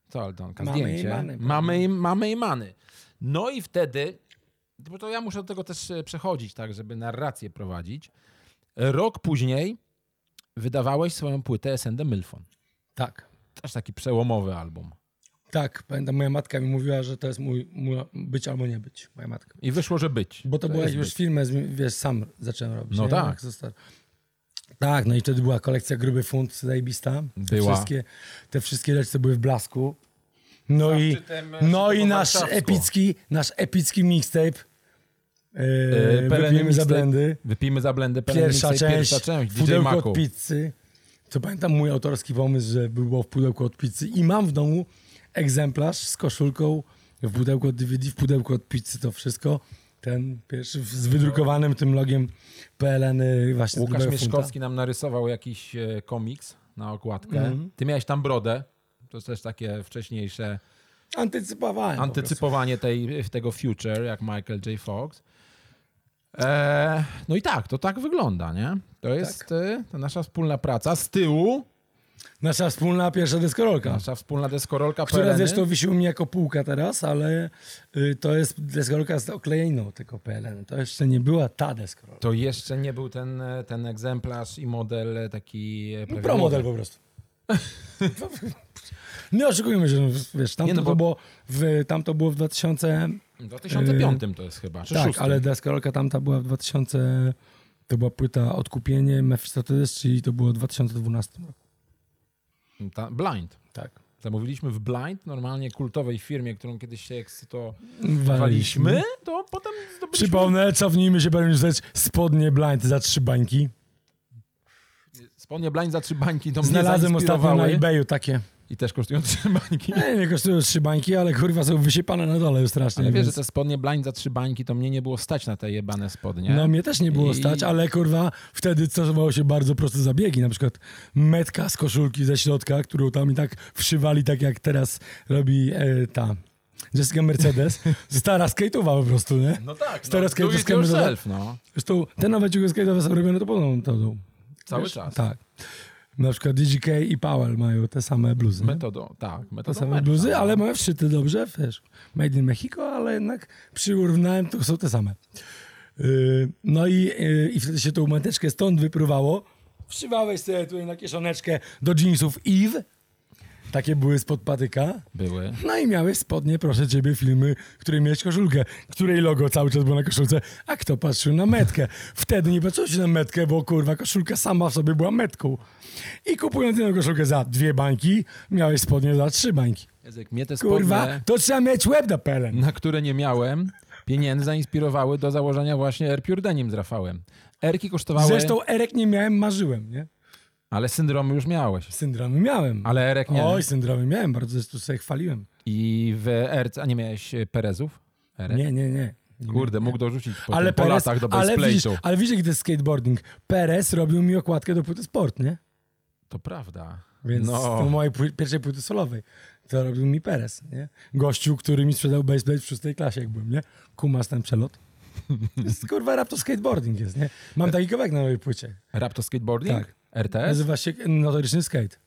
S3: Co, Aldonka?
S2: Mamy i
S3: Zdjęcie.
S2: many.
S3: mamy, i, mamy i many. No i wtedy, bo to ja muszę do tego też e, przechodzić, tak, żeby narrację prowadzić. Rok później wydawałeś swoją płytę SND Milfon.
S2: Tak.
S3: Też taki przełomowy album.
S2: Tak, pamiętam, moja matka mi mówiła, że to jest mój, mój być albo nie być. Moja matka.
S3: I wyszło, że być.
S2: Bo to,
S3: To
S2: była
S3: jest
S2: już
S3: być.
S2: filmę, z- wiesz, sam zacząłem robić.
S3: No
S2: nie?
S3: tak.
S2: Jak został- Tak, no i wtedy była kolekcja Gruby Funt, zajebista. Te
S3: Była.
S2: Wszystkie, te wszystkie rzeczy, co były w blasku. No i,
S3: Zaszczytem, e,
S2: no i
S3: szczytu
S2: nasz
S3: warszawsko.
S2: epicki, nasz epicki mixtape.
S3: E,
S2: Yy,
S3: Peleny
S2: Wypijemy za
S3: Mixtape-
S2: blendy.
S3: Wypijmy za blendy. Peleny
S2: Pierwsza
S3: Mixtape,
S2: część,
S3: Pierwsza część. DJ
S2: pudełko
S3: Maku.
S2: od pizzy. To pamiętam mój autorski pomysł, że było w pudełku od pizzy i mam w domu egzemplarz z koszulką w pudełku od DVD, w pudełku od pizzy to wszystko. Ten pierwszy w- z wydrukowanym tym logiem PLN y, właśnie. z
S3: Łukasz
S2: grubego funta.
S3: Mieszkowski nam narysował jakiś e, komiks na okładkę.
S2: Mhm.
S3: Ty miałeś tam brodę. To jest też takie wcześniejsze
S2: Antycypowałem. po
S3: antycypowanie tej, tego future, jak Michael J. Fox. E, no i tak, to tak wygląda, nie?
S2: Tak.
S3: To jest e, ta nasza wspólna praca. Z tyłu
S2: prostu. Nasza wspólna pierwsza deskorolka.
S3: nasza wspólna deskorolka
S2: Która
S3: PLN.
S2: zresztą wisi u mnie jako półka teraz, ale y, to jest deskorolka z oklejeną tylko PLN. To jeszcze nie była ta deskorolka.
S3: To jeszcze nie był ten, e, ten egzemplarz i model e, taki... e, prawidłowy.
S2: No, Promodel po prostu. Nie oszukujmy się, no, wiesz, tam,
S3: Nie, no
S2: to,
S3: bo-
S2: było w, tam to było w 2000,
S3: W 2005 to jest chyba, czy
S2: tak,
S3: szóstym.
S2: ale deskorolka tamta była w 2000, to była płyta Odkupienie Mefistoteles, czyli to było w 2012 roku.
S3: Ta, blind.
S2: Tak.
S3: Zamówiliśmy w Blind, normalnie kultowej firmie, którą kiedyś się ekscytowaliśmy,
S2: Waliśmy.
S3: to potem zdobyliśmy...
S2: Przypomnę, cofnijmy się, pewnie rzecz, spodnie blind za trzy bańki.
S3: Spodnie Blind za trzy bańki to mnie
S2: Znalazłem ostatnio na
S3: zainspirowały.
S2: eBayu takie.
S3: I też kosztują trzy bańki.
S2: Nie, nie kosztują trzy bańki, ale kurwa są wysiepane na dole strasznie.
S3: Ale wiesz, że
S2: więc-
S3: te spodnie blind za trzy bańki, to mnie nie było stać na te jebane spodnie.
S2: No mnie też nie było
S3: I-
S2: stać, ale kurwa wtedy stosowało się bardzo proste zabiegi, na przykład metka z koszulki ze środka, którą tam i tak wszywali, tak jak teraz robi e, ta Jessica Mercedes. Stara skate'owa po prostu, nie?
S3: No tak,
S2: Stara
S3: no, do
S2: skate'owa
S3: it
S2: z kamerą.
S3: yourself, no.
S2: Zresztą te nowe ciuchy skate'owe są robione to podobną metodą.
S3: Cały
S2: Wiesz?
S3: czas.
S2: Tak. Na przykład DGK i Powell mają te same bluzy. nie?
S3: Metodą, tak. Metodą
S2: To same
S3: męża.
S2: bluzy, ale mają wszyty dobrze, wiesz. Made in Mexico, ale jednak przyrównałem, to są te same. Yy, No i, yy, i wtedy się tą mateczkę stąd wypruwało. Wszywałeś sobie tutaj na kieszoneczkę do jeansów Eve. Takie były spod patyka.
S3: Były.
S2: No i miałeś spodnie, proszę ciebie, filmy, które miałeś koszulkę, której logo cały czas było na koszulce, a kto patrzył na metkę. Wtedy nie patrzyło się na metkę, bo kurwa, koszulka sama w sobie była metką. I kupując jedną koszulkę za dwie bańki, miałeś spodnie za trzy bańki.
S3: Jezek, mnie te spodnie,
S2: Kurwa, to trzeba mieć łeb na pelen.
S3: na które nie miałem, pieniędzy zainspirowały do założenia właśnie Air Pure Denim z Rafałem. Erki kosztowały,
S2: Zresztą Erek nie miałem, marzyłem, nie?
S3: ale syndromy już miałeś.
S2: Syndromy miałem.
S3: Ale Erek nie.
S2: Oj, syndromy miałem, bardzo zresztą sobie chwaliłem.
S3: I w Erc, a nie miałeś e, Perezów? Erek?
S2: Nie, nie, nie.
S3: Kurde, mógł dorzucić po,
S2: Ale
S3: ale po
S2: Perez,
S3: latach do
S2: ale widzisz,
S3: Baseplate'u.
S2: ale widzisz, gdy jest skateboarding. Perez robił mi okładkę do płyty sport, nie?
S3: To prawda.
S2: Więc
S3: no.
S2: to mojej pły- pierwszej płyty solowej. To robił mi Perez, nie? Gościu, który mi sprzedał baseplate w szóstej klasie, jak byłem, nie? Kumas ten przelot. To Jest, kurwa, rap to skateboarding jest, nie? Mam taki kawałek na mojej płycie.
S3: Rap to skateboarding?
S2: Tak.
S3: RTS?
S2: Nazywa się Notoryczny Skate.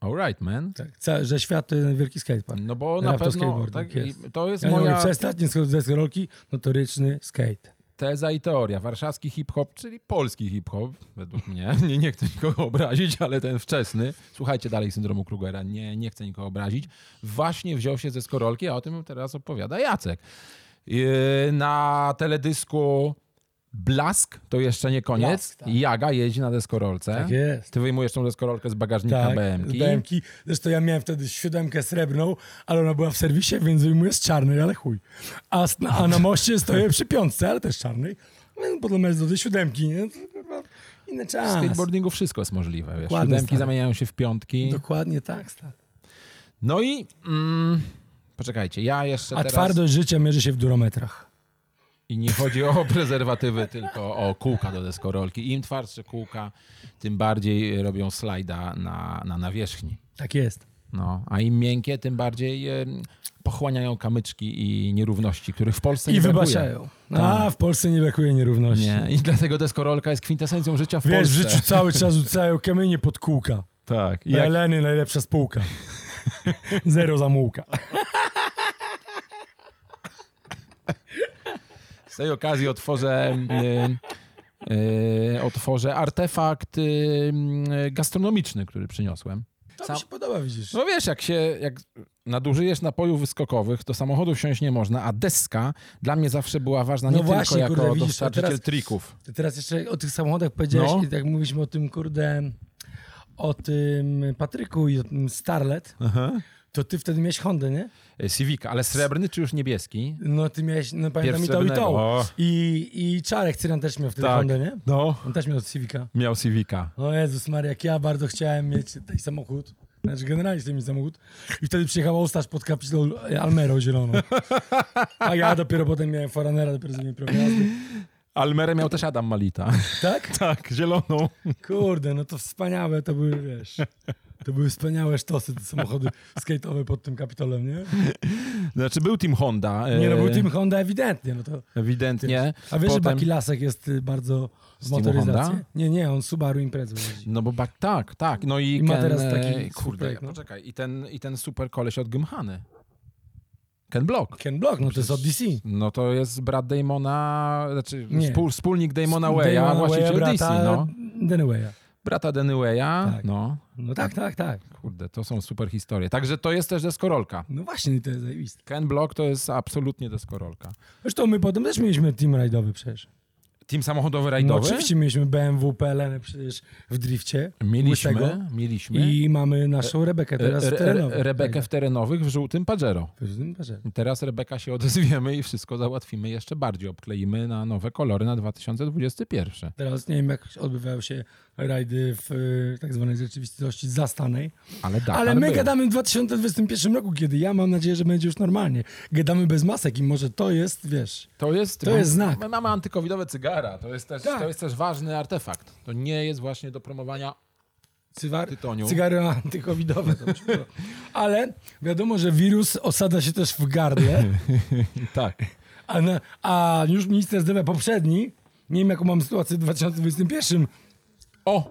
S3: Alright, man.
S2: Tak, ca- że świat to jeden wielki skatepark.
S3: No bo
S2: Ja
S3: na
S2: to
S3: pewno
S2: skateboardem,
S3: tak,
S2: jest.
S3: i to jest
S2: Ja moja...
S3: moja
S2: Ostatnie schodzę ze rolki, notoryczny skate.
S3: teza i teoria. Warszawski hip-hop, czyli polski hip-hop, według mnie. Nie, nie chcę nikogo obrazić, ale ten wczesny. Słuchajcie dalej syndromu Krugera. Nie, nie chcę nikogo obrazić. Właśnie wziął się ze skorolki, a o tym teraz opowiada Jacek. Yy, Na teledysku Blask, to jeszcze nie koniec.
S2: Blask, tak.
S3: Jaga jeździ na deskorolce.
S2: Tak jest.
S3: Ty wyjmujesz tą deskorolkę z bagażnika
S2: Tak,
S3: BMK.
S2: BMki. Zresztą ja miałem wtedy siódemkę srebrną, ale ona była w serwisie, więc wyjmuję z czarnej, ale chuj. A, s- a na moście stoję przy piątce, ale też czarnej. No, Potem jest do tej siódemki, nie? To kurwa Inny
S3: W
S2: czas.
S3: skateboardingu wszystko jest możliwe. Wiesz.
S2: Dokładnie,
S3: Siódemki
S2: stary.
S3: zamieniają się w piątki.
S2: Dokładnie tak, stary.
S3: No i... Mm, poczekajcie, ja jeszcze
S2: A
S3: teraz...
S2: twardość życia mierzy się w durometrach.
S3: I nie chodzi o prezerwatywy, tylko o kółka do deskorolki. Im twardsze kółka, tym bardziej robią slajda na, na nawierzchni.
S2: Tak jest.
S3: No, a im miękkie, tym bardziej e, pochłaniają kamyczki i nierówności, których w Polsce
S2: I
S3: nie
S2: wybaczają. No. A, w Polsce Tak. nie brakuje nierówności.
S3: brakuje. Nie. I dlatego deskorolka jest kwintesencją życia w
S2: Wiesz, w
S3: Polsce.
S2: życiu cały czas rzucają kamienie pod kółka.
S3: Tak. I
S2: Jak...
S3: jak,
S2: Eleny najlepsza spółka. Zero zamułka.
S3: z tej okazji otworzę... e, e, otworzę artefakt e, e, gastronomiczny, który przyniosłem.
S2: To
S3: Sam-
S2: mi się podoba, widzisz.
S3: No wiesz, jak się jak nadużyjesz napojów wyskokowych, to samochodu wsiąść nie można, a deska dla mnie zawsze była ważna nie
S2: No
S3: tylko
S2: właśnie,
S3: jako
S2: kurde, widzisz,
S3: dostarczyciel
S2: a teraz-
S3: trików.
S2: Ty teraz jeszcze o tych samochodach powiedziałeś,
S3: No.
S2: i tak mówiliśmy o tym, kurde, o tym Patryku i o tym Starlet, to ty wtedy miałeś Hondę, nie?
S3: E, Civic, ale srebrny czy już niebieski?
S2: No ty miałeś, no pamiętam, i tą, i
S3: srebrnego.
S2: tą.
S3: O.
S2: I, I Czarek Cyran też miał wtedy
S3: Tak.
S2: Hondę, nie?
S3: No.
S2: On też miał Civica.
S3: Miał Civica.
S2: O Jezus Maria, jak ja bardzo chciałem mieć ten samochód. Znaczy generalnie chciałem mieć samochód. I wtedy przyjechał Ostaż pod kapitą Almerą zieloną. A ja dopiero potem miałem Foranera, dopiero zrobiłem prawo jazdy.
S3: Almerę miał też Adam Malita.
S2: Tak?
S3: tak, zieloną.
S2: Kurde, no to wspaniałe to były, wiesz... To były wspaniałe sztosy, te samochody skate'owe pod tym kapitolem, nie?
S3: Znaczy był Team Honda. e,
S2: Nie, no był Team Honda ewidentnie, no to...
S3: Ewidentnie.
S2: A wiesz, że
S3: Potem-
S2: Baki Lasek jest y, bardzo z
S3: Z Teamu
S2: motoryzacji?
S3: Honda?
S2: Nie, nie, on Subaru Imprezą jeździ.
S3: No bo bak, tak, tak. No i,
S2: I ma
S3: Ken,
S2: teraz
S3: e,
S2: taki
S3: Kurde,
S2: super, no.
S3: poczekaj. I ten, I ten super koleś od Gymhany. Ken Block.
S2: Ken Block, no to jest od DC.
S3: No to jest brat Damona, znaczy
S2: Nie.
S3: współ, wspólnik Damona Waya,
S2: Damona
S3: właściciel
S2: Waya,
S3: DC, no.
S2: Danawaya.
S3: Brata Denywaya,
S2: Tak.
S3: no.
S2: No tak, tak, tak.
S3: Kurde, to są super historie. Także to jest też deskorolka.
S2: No właśnie, to jest zajebiste.
S3: Ken Block to jest absolutnie deskorolka.
S2: Zresztą my potem też mieliśmy team rajdowy przecież.
S3: Team samochodowy
S2: No
S3: rajdowy?
S2: oczywiście mieliśmy BMW, PLN przecież w drifcie. Łysego.
S3: Mieliśmy, mieliśmy. E,
S2: I mamy naszą Rebekę teraz
S3: Re-
S2: w
S3: Re-
S2: terenowej.
S3: Rebekę w terenowych w żółtym Pajero.
S2: terenowej.
S3: I Teraz Rebeka się odezwiemy i wszystko załatwimy jeszcze bardziej. Obkleimy na nowe kolory na 2021.
S2: Teraz nie wiem, jak odbywają się rajdy w y, tak zwanej rzeczywistości zastanej.
S3: Ale tak,
S2: Ale my gadamy w 2021 roku, kiedy ja mam nadzieję, że będzie już normalnie. Gadamy bez masek i może to jest, wiesz...
S3: To jest,
S2: To jest znak.
S3: My mamy antykowidowe cygara. To jest, też,
S2: Tak.
S3: to jest też ważny artefakt. To nie jest właśnie do promowania.
S2: Cywar,
S3: Tytoniu.
S2: Cygary antykowidowe. To już było. Ale wiadomo, że wirus osada się też w gardle,
S3: Tak.
S2: a, na, a już minister zdrowia poprzedni, nie wiem jaką mam sytuację w 2021,
S3: O!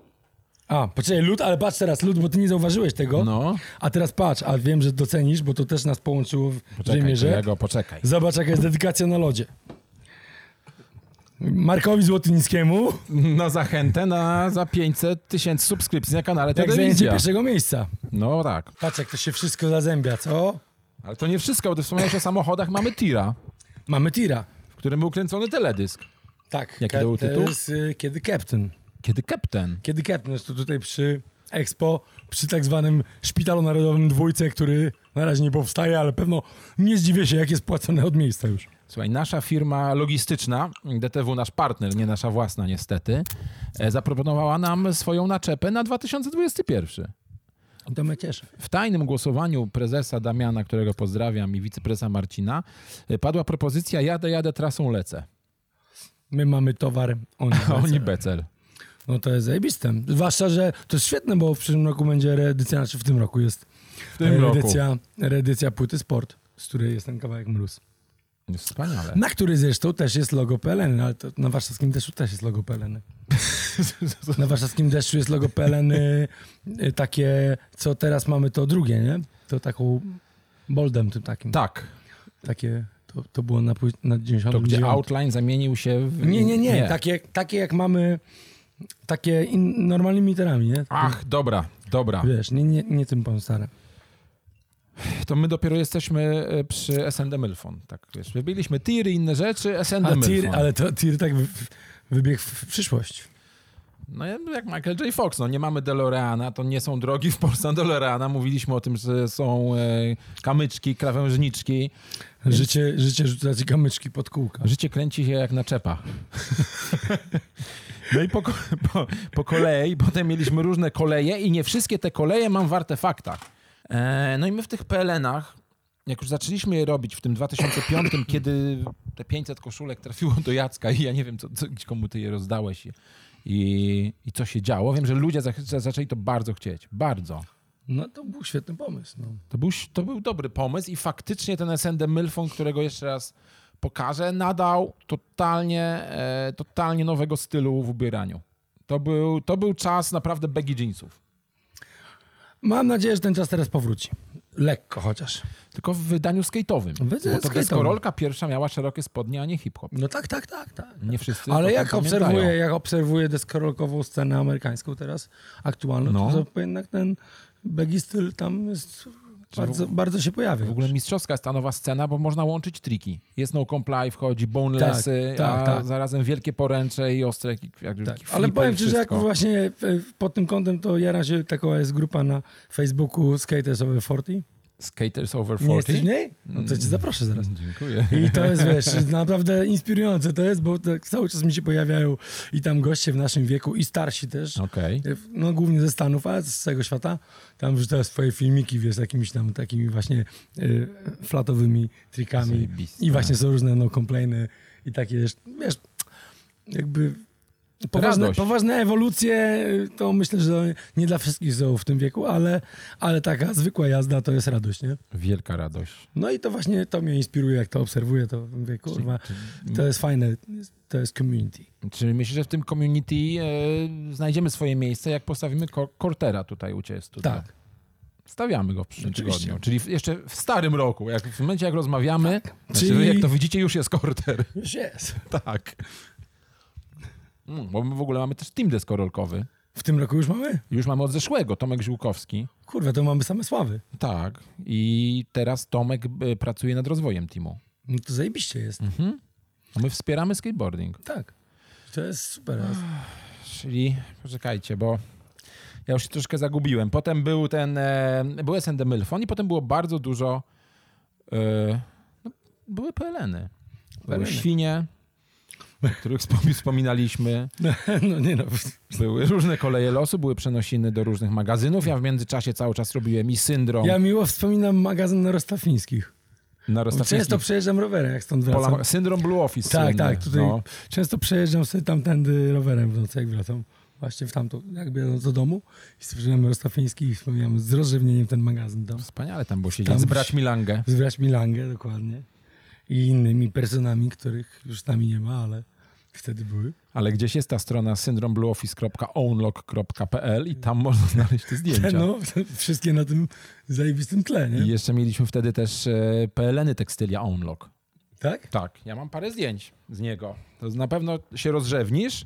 S2: a poczekaj, lud, ale patrz teraz, lud, bo ty nie zauważyłeś tego,
S3: No.
S2: a teraz patrz, a wiem, że docenisz, bo to też nas połączyło w dużej
S3: Poczekaj, to
S2: mierze.
S3: ja go poczekaj.
S2: Zobacz, jaka jest dedykacja na lodzie. Markowi Złotynickiemu,
S3: Na zachętę na za 500 tysięcy subskrypcji na kanale
S2: jak tak zajęcie
S3: Telewizja.
S2: pierwszego miejsca.
S3: No tak.
S2: Patrz, jak to się wszystko zazębia, co?
S3: Ale to nie wszystko, bo ty wspomniałeś o samochodach. Mamy tira,
S2: Mamy tira.
S3: w którym był kręcony teledysk.
S2: Tak.
S3: Jaki
S2: ka-
S3: był
S2: to
S3: tytuł?
S2: jest, y, Kiedy Captain.
S3: Kiedy kapten.
S2: Kiedy Captain jest to tutaj przy Expo, przy tak zwanym Szpitalu Narodowym Dwójce, który na razie nie powstaje, ale pewno nie zdziwię się, jak jest płacone od miejsca już.
S3: Słuchaj, nasza firma logistyczna, DTW nasz partner, nie nasza własna niestety, e, zaproponowała nam swoją naczepę na 2021.
S2: I to mnie cieszy.
S3: W tajnym głosowaniu prezesa Damiana, którego pozdrawiam, i wiceprezesa Marcina, y, padła propozycja jadę, jadę, trasą lecę.
S2: My mamy towar, oni,
S3: A oni
S2: oni
S3: becel.
S2: No to jest zajebiste. Zwłaszcza, że to jest świetne, bo w przyszłym roku będzie reedycja, znaczy w tym roku jest
S3: W tym roku.
S2: reedycja, reedycja płyty Sport, z której jest ten kawałek mróz.
S3: Wspaniale. Tak.
S2: Na który zresztą też jest logo PLN, ale to na warszawskim też, też jest logo PLN. Na warszawskim deszczu jest logo PLN y, y, takie, co teraz mamy to drugie, nie? To taką boldem tym takim.
S3: tak,
S2: Takie, to, to było na, pły- na 90.
S3: to gdzie outline zamienił się w...
S2: Nie, nie, tak- nie. Takie, takie jak mamy, takie in, normalnymi literami, nie?
S3: Ach, dobra, dobra.
S2: Wiesz, nie, nie, nie tym pornstarem.
S3: To my dopiero jesteśmy e, przy SND Milfon. Tak, wiesz, wybiliśmy tiry, inne rzeczy, SND
S2: A tir,
S3: Milfon.
S2: ale to tir tak wy- wybiegł w przyszłość.
S3: No jak Michael J. Fox, no nie mamy DeLoreana, to nie są drogi w Polsce na DeLoreana. Mówiliśmy o tym, że są e, kamyczki, krawężniczki.
S2: Życie, życie rzuca ci kamyczki pod kółka.
S3: Życie kręci się jak na czepa. No i po, ko- po, po kolei, potem mieliśmy różne koleje i nie wszystkie te koleje mam w artefaktach. E, no i my w tych PLN-ach, jak już zaczęliśmy je robić w tym 2005, kiedy te 500 koszulek trafiło do Jacka i ja nie wiem, co, co, komu ty je rozdałeś i, i, i co się działo. Wiem, że ludzie za, za, zaczęli to bardzo chcieć. Bardzo.
S2: No to był świetny pomysł. No.
S3: To był, to był dobry pomysł i faktycznie ten SND Milfon, którego jeszcze raz pokażę, nadał totalnie, e, totalnie nowego stylu w ubieraniu. To był, to był czas naprawdę baggy jeansów.
S2: Mam nadzieję, że ten czas teraz powróci. Lekko chociaż.
S3: Tylko w wydaniu
S2: Bo
S3: skate'owym.
S2: to
S3: Bo to
S2: skate'owym.
S3: deskorolka pierwsza miała szerokie spodnie, a nie hip-hop.
S2: No tak, tak, tak. tak.
S3: Nie wszyscy o
S2: Ale
S3: tym
S2: jak
S3: pamiętają.
S2: obserwuję, jak obserwuję deskorolkową scenę amerykańską teraz, aktualną,
S3: No.
S2: to, to jednak ten baggy styl tam jest bardzo, bardzo się pojawia.
S3: W ogóle mistrzowska jest ta nowa scena, bo można łączyć triki. Jest no comply, wchodzi bonelessy,
S2: Tak, tak,
S3: a
S2: tak.
S3: zarazem wielkie poręcze i ostre jak, jak
S2: Tak.
S3: flipy
S2: Ale
S3: i
S2: powiem ci, że jak
S3: wszystko.
S2: właśnie e, pod tym kątem to jaram się, taka jest grupa na Facebooku Skaters Over 40.
S3: Skaters over
S2: Nie
S3: 40.
S2: jesteś w niej? No to
S3: Mm.
S2: cię zaproszę zaraz.
S3: Dziękuję.
S2: I to jest, wiesz, naprawdę inspirujące to jest, bo tak cały czas mi się pojawiają i tam goście w naszym wieku i starsi też.
S3: Okej.
S2: No głównie ze Stanów, ale z całego świata. Tam wrzucają swoje filmiki, wiesz, z jakimiś tam takimi właśnie y, flatowymi trikami.
S3: Zajebiste.
S2: I właśnie są różne no complainy i takie, wiesz, wiesz jakby poważne,
S3: Radość.
S2: poważne ewolucje, y, to myślę, że nie dla wszystkich są w tym wieku, ale, ale taka zwykła jazda to jest radość, nie?
S3: Wielka radość.
S2: No i to właśnie to mnie inspiruje, jak to obserwuję, to mówię, kurwa, to jest fajne, to jest community.
S3: Czy myślisz, że w tym community e, znajdziemy swoje miejsce, jak postawimy ko- Cortera tutaj u Ciebie w studiu?
S2: Tak.
S3: Stawiamy go w przyszłym
S2: Oczywiście.
S3: tygodniu, czyli w, jeszcze w starym roku, jak w momencie jak rozmawiamy, znaczy,
S2: Tak. Czyli-
S3: jak to widzicie, już jest Corter.
S2: Już jest.
S3: tak. Mm, Bo my w ogóle mamy też team deskorolkowy.
S2: W tym roku już mamy?
S3: Już mamy od zeszłego Tomek Żółkowski.
S2: Kurwa, to mamy same sławy.
S3: Tak. I teraz Tomek e, pracuje nad rozwojem teamu.
S2: No to zajebiście jest.
S3: A My wspieramy skateboarding.
S2: Tak. To jest super.
S3: Czyli poczekajcie, bo ja już się troszkę zagubiłem. Potem był ten, e, był SND Milfon i potem było bardzo dużo, e, no, były PLN-y. Były
S2: PLN-y.
S3: świnie, o których wspom- wspominaliśmy.
S2: No nie no.
S3: Były różne koleje losu, były przenosiny do różnych magazynów. Ja w międzyczasie cały czas robiłem i syndrom
S2: Ja miło wspominam magazyn na Rostafińskich.
S3: na rostafińskich
S2: Często przejeżdżam rowerem, jak stąd wracam.
S3: polach. Syndrom Blue Office.
S2: tak,
S3: słynny.
S2: tak. Tutaj
S3: No.
S2: Często przejeżdżam sobie tamtędy rowerem w nocy, jak wracam. Właśnie w tamtą, jak biorąc do domu. I słyszałem Rostafińskich i wspominam z rozrzewnieniem ten magazyn tam.
S3: Wspaniale tam było siedzieć.
S2: Tam-
S3: Z braćmi Lange.
S2: Zbrać Milangę, dokładnie. I innymi personami, których już z nami nie ma, ale wtedy były.
S3: Ale gdzieś jest ta strona syndromblueoffice.ownlock.pl i tam można znaleźć te zdjęcia.
S2: No, wszystkie na tym zajebistym tle,
S3: I
S2: nie?
S3: jeszcze mieliśmy wtedy też e, PLN-y tekstylia Onlock.
S2: Tak?
S3: Tak, ja mam parę zdjęć z niego. To na pewno się rozrzewnisz,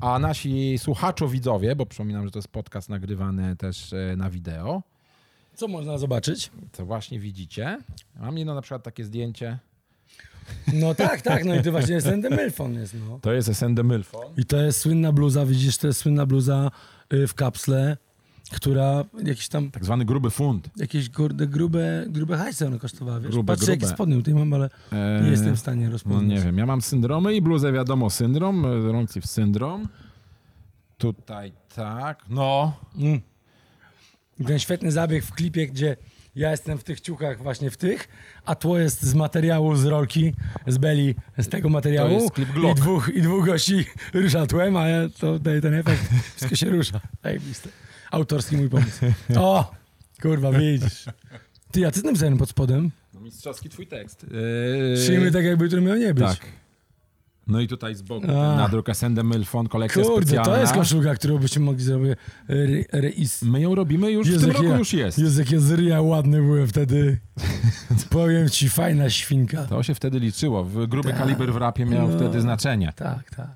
S3: a nasi słuchaczo widzowie, bo przypominam, że to jest podcast nagrywany też e, na wideo,
S2: Co można zobaczyć?
S3: co właśnie widzicie. Mam jedno na przykład takie zdjęcie.
S2: No tak, tak, no i to właśnie jest Endemilfon jest, no.
S3: To jest SND Milfon.
S2: I to jest słynna bluza, widzisz, to jest słynna bluza y, w kapsle, która jakiś tam,
S3: Tak zwany gruby fund.
S2: jakieś kurde, grube, grube hajsy ona kosztowała, wiesz?
S3: Grube,
S2: Patrzę, jakie
S3: grube.
S2: spodnie tutaj mam, ale nie
S3: Eee,
S2: jestem w stanie
S3: No
S2: rozpoznać.
S3: nie wiem, ja mam syndromy i bluzę wiadomo syndrom, e, rąci w syndrom. Tutaj tak, no.
S2: Mm. I Ten świetny zabieg w klipie, gdzie ja jestem w tych ciuchach, właśnie w tych, a tło jest z materiału, z rolki, z beli, z tego materiału.
S3: To jest klip
S2: I
S3: Glock.
S2: dwóch, I dwóch gości rusza tłem, a ja to daje ten efekt. Wszystko się rusza. Zajebiste. Autorski mój pomysł. O! Kurwa, widzisz. Ty, a co z tym wzajemnym pod spodem?
S3: no mistrzowski twój tekst.
S2: Szyjmy tak, jakby to miał nie być.
S3: Tak. No i tutaj z boku na druk Ascende Milfon kolekcja
S2: Kurde,
S3: specjalna.
S2: to jest koszulka, którą byśmy mogli zrobić. y, Re, re, is...
S3: My ją robimy już, w tym roku już jest.
S2: Jezu, jak ja zryja ładny byłem wtedy. Powiem ci, fajna świnka.
S3: To się wtedy liczyło. W- Gruby kaliber w rapie
S2: No.
S3: miał wtedy znaczenie.
S2: Tak, tak.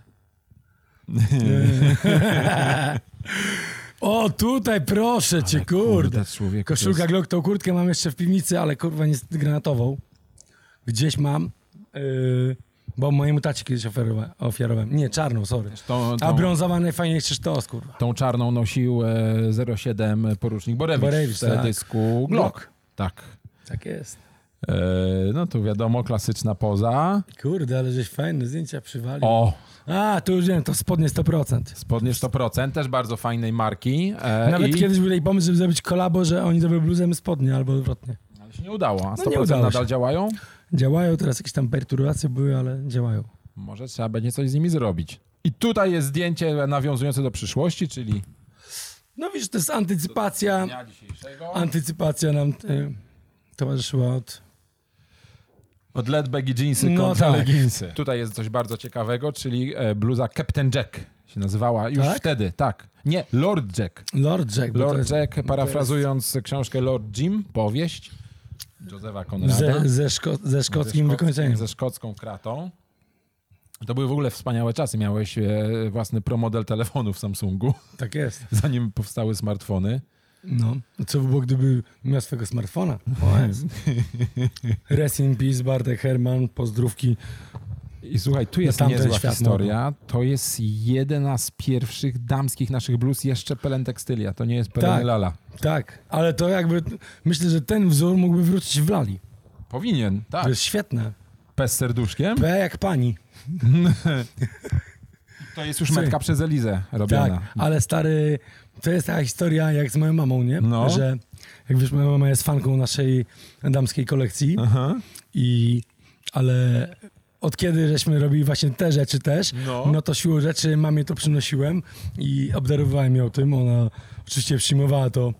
S2: o, tutaj proszę cię, kurde.
S3: kurde, człowieku, to
S2: Koszulka
S3: jest-
S2: Glock, tą kurtkę mam jeszcze w piwnicy, ale kurwa niestety granatową. Gdzieś mam, yy, bo mojemu tacie kiedyś ofiarowa- ofiarowałem. Nie, czarną, sorry.
S3: tą- tą-
S2: A brązowa najfajniejszy sztos, kurwa.
S3: Tą czarną nosił e, 07 porucznik Borewicz,
S2: Borewicz,
S3: w
S2: tak.
S3: teledysku Glock.
S2: Glock.
S3: Tak.
S2: Tak jest.
S3: E, no tu wiadomo, klasyczna poza.
S2: Kurde, ale żeś fajne zdjęcia przywalił.
S3: O,
S2: A, tu już wiem, to spodnie 100%.
S3: spodnie 100%, też bardzo fajnej marki. E,
S2: Nawet
S3: i...
S2: kiedyś był taki pomysł, żeby zrobić kolabo, że oni zrobią bluzę, my spodnie, albo odwrotnie.
S3: Ale się nie udało. A 100%
S2: No nie udało
S3: nadal
S2: się.
S3: działają?
S2: Działają, teraz jakieś tam perturbacje były, ale działają.
S3: Może trzeba będzie coś z nimi zrobić. I tutaj jest zdjęcie nawiązujące do przyszłości, czyli
S2: No wiesz, to jest antycypacja.
S3: dnia dzisiejszego.
S2: Antycypacja nam y, towarzyszyła od...
S3: Od Ledbag i jeansy
S2: No
S3: kontra
S2: tak.
S3: leginsy. Tutaj jest coś bardzo ciekawego, czyli e, bluza Captain Jack się nazywała już
S2: Tak?
S3: wtedy, tak. Nie, Lord Jack.
S2: Lord Jack. bo to
S3: Lord
S2: jest
S3: Jack, parafrazując książkę Lord Jim, powieść Józefa Konrada.
S2: Ze, ze, szko, ze szkockim
S3: szkoc-
S2: wykończeniem.
S3: Ze szkocką kratą. To były w ogóle wspaniałe czasy. Miałeś e, własny promodel telefonu w Samsungu,
S2: Tak jest.
S3: zanim powstały smartfony.
S2: No. Co by było, gdyby miał swojego smartfona? O, jest. Rest in peace, Bartek Herman, pozdrówki.
S3: I słuchaj, tu jest
S2: tamten
S3: niezła
S2: świat no.
S3: historia. To jest jedna z pierwszych damskich naszych bluz, jeszcze pelen tekstylia. To nie jest pelen
S2: Tak.
S3: lala.
S2: Tak, ale to jakby... Myślę, że ten wzór mógłby wrócić w lali.
S3: Powinien, tak.
S2: To jest świetne.
S3: Pes z serduszkiem.
S2: P jak pani.
S3: To jest już metka przez Elizę robiona.
S2: Tak, ale stary, to jest taka historia jak z moją mamą, nie?
S3: No.
S2: Że, jak wiesz, moja mama jest fanką naszej damskiej kolekcji.
S3: Aha.
S2: I, ale od kiedy żeśmy robili właśnie te rzeczy też,
S3: No.
S2: no, to siłą rzeczy mamie to przynosiłem i obdarowałem ją tym. Ona oczywiście przyjmowała to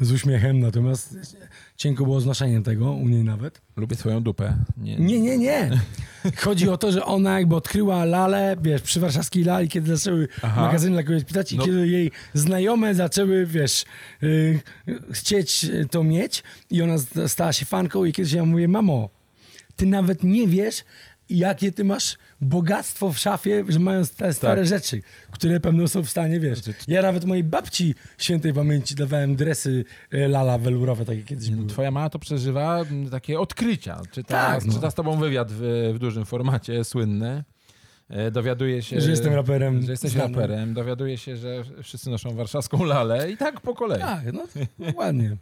S2: z uśmiechem, natomiast cienko było znoszeniem tego, u niej nawet.
S3: Lubię swoją dupę. Nie,
S2: Nie, nie, nie. Chodzi o to, że ona jakby odkryła lalę, wiesz, przy warszawskiej lali, kiedy zaczęły
S3: Aha.
S2: magazyny dla kobiet pitać i
S3: No.
S2: kiedy jej znajome zaczęły, wiesz, yy, chcieć yy, to mieć i ona sta- stała się fanką i kiedyś ja mówię, mamo, ty nawet nie wiesz, jakie ty masz bogactwo w szafie, że mając te stare
S3: Tak. Znaczy,
S2: rzeczy, które pewno są w stanie, wiesz. Ja nawet mojej babci świętej pamięci dawałem dresy yy, lala welurowe, takie kiedyś były.
S3: Twoja mama to przeżywa m, takie odkrycia. Czyta,
S2: Tak, no.
S3: czyta z tobą wywiad w, w dużym formacie, słynny. E, Dowiaduje się...
S2: Że jestem raperem
S3: Że jesteś
S2: znanym.
S3: raperem. Dowiaduje się, że wszyscy noszą warszawską lalę i tak po kolei.
S2: Tak, no ładnie.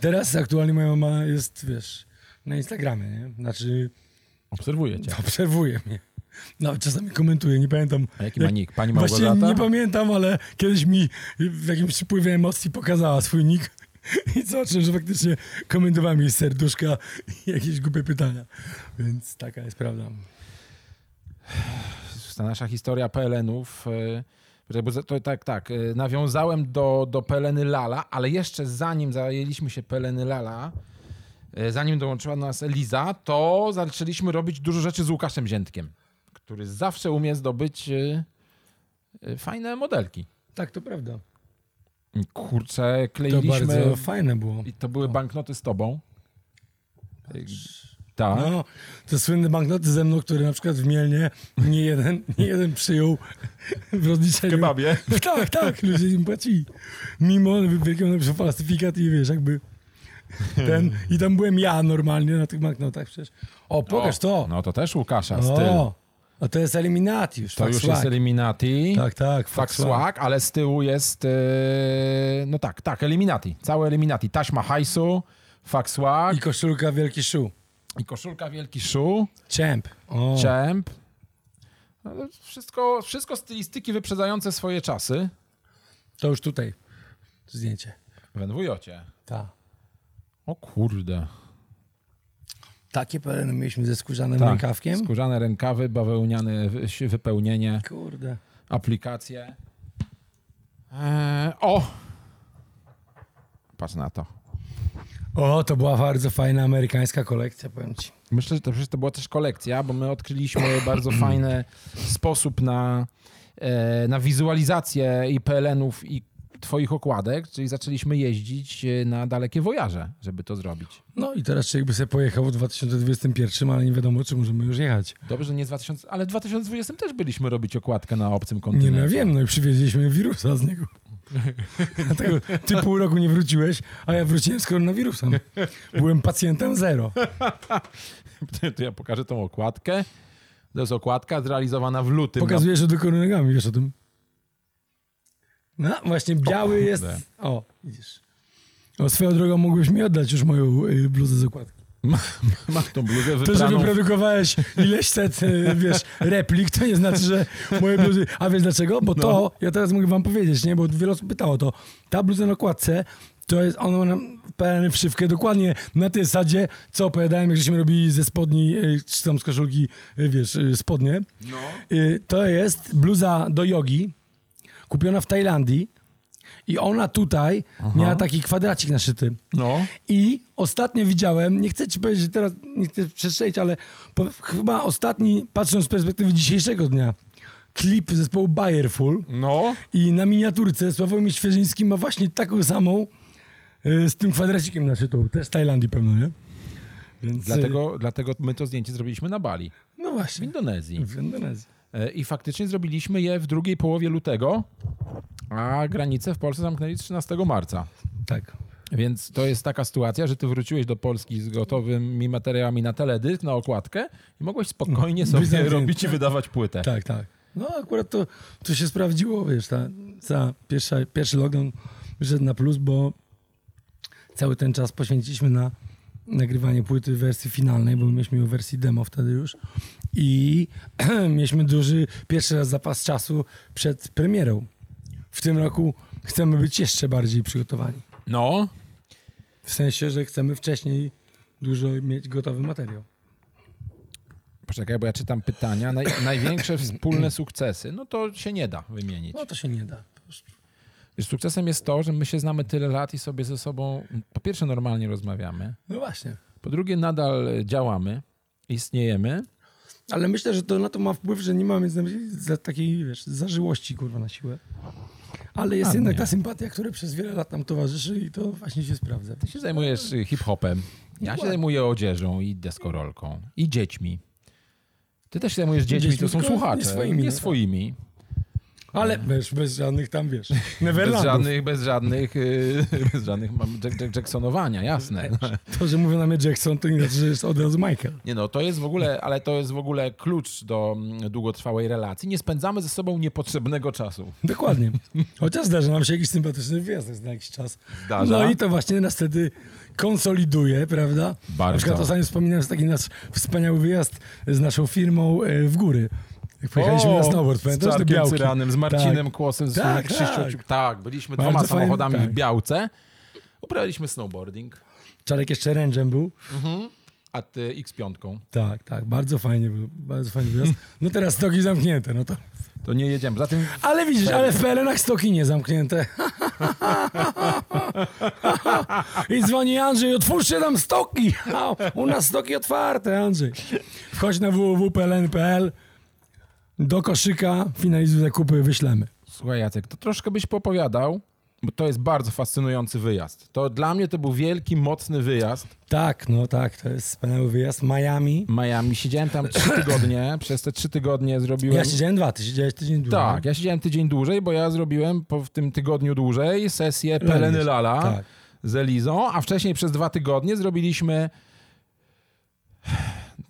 S2: Teraz aktualnie moja mama jest, wiesz, na Instagramie, nie? Znaczy,
S3: Obserwuję cię.
S2: obserwuje mnie. Nawet czasami komentuje, nie pamiętam.
S3: A jaki ma
S2: jak-
S3: nick? Pani
S2: Właśnie
S3: Małgorzata?
S2: nie pamiętam, ale kiedyś mi w jakimś przypływie emocji pokazała swój nick i zobaczyłem, że faktycznie komentowałem jej serduszka i jakieś głupie pytania. Więc taka jest prawda.
S3: ta nasza historia PLN-ów. e, bo za- To tak, tak. e, Nawiązałem do, do PLN-y Lala, ale jeszcze zanim zajęliśmy się PLN-y Lala, e, zanim dołączyła do nas Eliza, to zaczęliśmy robić dużo rzeczy z Łukaszem Ziętkiem, który zawsze umie zdobyć e, e, fajne modelki.
S2: Tak, to prawda.
S3: Kurczę,
S2: To
S3: kleiliśmy.
S2: bardzo fajne było.
S3: I to były banknoty z tobą. E, Tak.
S2: No, te słynne banknoty ze mną, które na przykład w Mielnie nie jeden, nie jeden przyjął w rozliczeniu.
S3: kebabie.
S2: Tak, tak, ludzie im płacili. Mimo wielkiego napisu falsyfikat i wiesz, jakby ten... I tam byłem ja normalnie na tych banknotach przecież. O, pokaż to.
S3: No to też Łukasza, styl.
S2: O, a to jest eliminat już.
S3: To
S2: fuck
S3: już
S2: Tak, swag.
S3: jest Eliminati.
S2: Tak, tak,
S3: Fakt
S2: fuck swag.
S3: Swag, ale z tyłu jest. e, No tak, tak, Eliminati. Całe Eliminati. Taśma hajsu, Fakt Swag
S2: I koszulka Wielki Szu.
S3: i koszulka Wielki Szu,
S2: Champ. O,
S3: Champ. No, to Wszystko, wszystko stylistyki wyprzedzające swoje czasy.
S2: to już tutaj. Zdjęcie.
S3: W NWJ-cie.
S2: Ta.
S3: O kurde.
S2: Takie peleny mieliśmy ze skórzanym
S3: Tak,
S2: rękawkiem.
S3: Skórzane rękawy, bawełniane wy- si- wypełnienie,
S2: Kurde.
S3: aplikacje. E, Eee, o! Patrz na to.
S2: O, to była bardzo fajna amerykańska kolekcja, powiem ci.
S3: Myślę, że to, przecież to była też kolekcja, bo my odkryliśmy bardzo fajny sposób na, e, na wizualizację i PLN-ów i twoich okładek, czyli zaczęliśmy jeździć e, na dalekie wojaże, żeby to zrobić.
S2: No i teraz człowiek by sobie pojechał w 2021, ale nie wiadomo, czy możemy już jechać.
S3: Dobrze, że nie z 2000, ale w 2020 też byliśmy robić okładkę na obcym
S2: Nie,
S3: kontynencie.
S2: no ja wiem, no i przywieźliśmy wirusa z niego. Dlatego ty pół roku nie wróciłeś, a ja wróciłem z koronawirusem. Byłem pacjentem zero.
S3: To ja pokażę tą okładkę. To jest okładka zrealizowana w lutym.
S2: Pokazuję, że tylko nogami, wiesz o tym. No, właśnie biały jest...
S3: kurde.
S2: O, widzisz. O, swoją drogą mógłbyś mi oddać już moją y, bluzę z okładki.
S3: Na... Mam tą bluzę
S2: To, że
S3: wypraną.
S2: wyprodukowałeś ileś set, y, wiesz, replik, to nie znaczy, że moje bluzy... A wiesz dlaczego? Bo to, ja teraz mogę wam powiedzieć, nie? Bo wiele osób pytało to. Ta bluza na okładce, to jest, ona ma nam PN w szywkę dokładnie na tej zasadzie, co opowiadałem, jak żeśmy robili ze spodni, y, czy tam z koszulki, y, wiesz, y, spodnie. Y, To jest bluza do jogi, kupiona w Tajlandii i ona tutaj miała taki kwadracik naszyty.
S3: No.
S2: I ostatnio widziałem, nie chcę ci powiedzieć że teraz, nie chcę przestrzelić, ale po, chyba ostatni, patrząc z perspektywy dzisiejszego dnia, klip zespołu Bayerful
S3: No.
S2: i na miniaturce Sławomir Świeżyński ma właśnie taką samą y, z tym kwadracikiem naszytą, też z Tajlandii pewno, nie? Więc, y,
S3: Dlatego, dlatego my to zdjęcie zrobiliśmy na Bali,
S2: No
S3: w
S2: właśnie.
S3: Indonezji.
S2: W Indonezji.
S3: E, I faktycznie zrobiliśmy je w drugiej połowie lutego, a granice w Polsce zamknęli 13 marca.
S2: Tak.
S3: Więc to jest taka sytuacja, że ty wróciłeś do Polski z gotowymi materiałami na teledysk, na okładkę i mogłeś spokojnie sobie
S2: Wyznam, że-
S3: robić i wydawać płytę.
S2: No, Tak, tak. No akurat to, to się sprawdziło, wiesz, ta, ta pierwsza, pierwszy lockdown wyszedł na plus, bo cały ten czas poświęciliśmy na nagrywanie płyty w wersji finalnej, bo mieliśmy ją w wersji demo wtedy już i mieliśmy duży pierwszy raz zapas czasu przed premierą. W tym roku chcemy być jeszcze bardziej przygotowani.
S3: No,
S2: W sensie, że chcemy wcześniej dużo mieć gotowy materiał.
S3: poczekaj, bo ja czytam pytania. Naj, największe wspólne sukcesy. No to się nie da wymienić.
S2: No to się nie da. Po prostu.
S3: Wiesz, sukcesem jest to, że my się znamy tyle lat i sobie ze sobą po pierwsze normalnie rozmawiamy,
S2: No właśnie.
S3: po drugie nadal działamy, istniejemy.
S2: Ale myślę, że to na to ma wpływ, że nie mamy za- za takiej, wiesz, zażyłości, kurwa, na siłę. Ale jest
S3: A,
S2: jednak
S3: nie.
S2: ta sympatia, która przez wiele lat nam towarzyszy i to właśnie się sprawdza.
S3: Ty się zajmujesz y, hip-hopem. Ja się
S2: Dokładnie.
S3: zajmuję odzieżą i deskorolką i dziećmi. Ty też się zajmujesz dziećmi,
S2: Dziećmi,
S3: to są
S2: tylko nie
S3: słuchacze. Nie swoimi.
S2: swoimi,
S3: Nie
S2: no tak.
S3: swoimi.
S2: Ale wiesz, bez żadnych tam, wiesz,
S3: Bez
S2: Neverlandów.
S3: żadnych, bez żadnych, y, bez żadnych mam Jack, Jack, Jacksonowania, jasne.
S2: To, że mówią na mnie Jackson, to nie znaczy, że jest od razu Michael.
S3: Nie no, to jest w ogóle, ale to jest w ogóle klucz do mm, długotrwałej relacji. Nie spędzamy ze sobą niepotrzebnego czasu.
S2: Dokładnie. Chociaż zdarza nam się jakiś sympatyczny wyjazd na jakiś czas.
S3: Zdarza.
S2: No i to właśnie nas wtedy konsoliduje, prawda?
S3: Bardzo.
S2: Na przykład ostatnio wspominałem taki nasz wspaniały wyjazd z naszą firmą e, w góry. Jak pojechaliśmy
S3: O,
S2: na snowboard,
S3: z
S2: pamiętasz? Do
S3: Czarkiem
S2: Białki.
S3: Cyranem, z Marcinem Kłosem, z
S2: Tak,
S3: Krzyścią.
S2: tak.
S3: Ciu- tak, byliśmy
S2: Bardzo
S3: dwoma
S2: fajny,
S3: samochodami
S2: tak.
S3: w Białce. Uprawialiśmy snowboarding,
S2: Czarek jeszcze ręczem był.
S3: a ty X5.
S2: Tak, tak, bardzo fajnie był, bardzo fajny wyjazd. No teraz stoki zamknięte, no to.
S3: To nie jedziemy. Zatem
S2: Ale widzisz, ale w PLN-ach stoki nie zamknięte. I dzwoni Andrzej, otwórzcie tam stoki. Au, U nas stoki otwarte, Andrzej. Wchodź na www.pln.pl do koszyka, finalizuj zakupy, wyślemy.
S3: Słuchaj Jacek, to troszkę byś popowiadał, bo to jest bardzo fascynujący wyjazd. To dla mnie to był wielki, mocny wyjazd.
S2: Tak, no tak, to jest wspaniały wyjazd. Miami.
S3: Miami, siedziałem tam trzy tygodnie. Przez te trzy tygodnie zrobiłem...
S2: Ja siedziałem dwa, ty siedziałeś tydzień dłużej.
S3: Tak, ja siedziałem tydzień dłużej, bo ja zrobiłem po, w tym tygodniu dłużej sesję Peleny Lala
S2: Tak.
S3: z Elizą, a wcześniej przez dwa tygodnie zrobiliśmy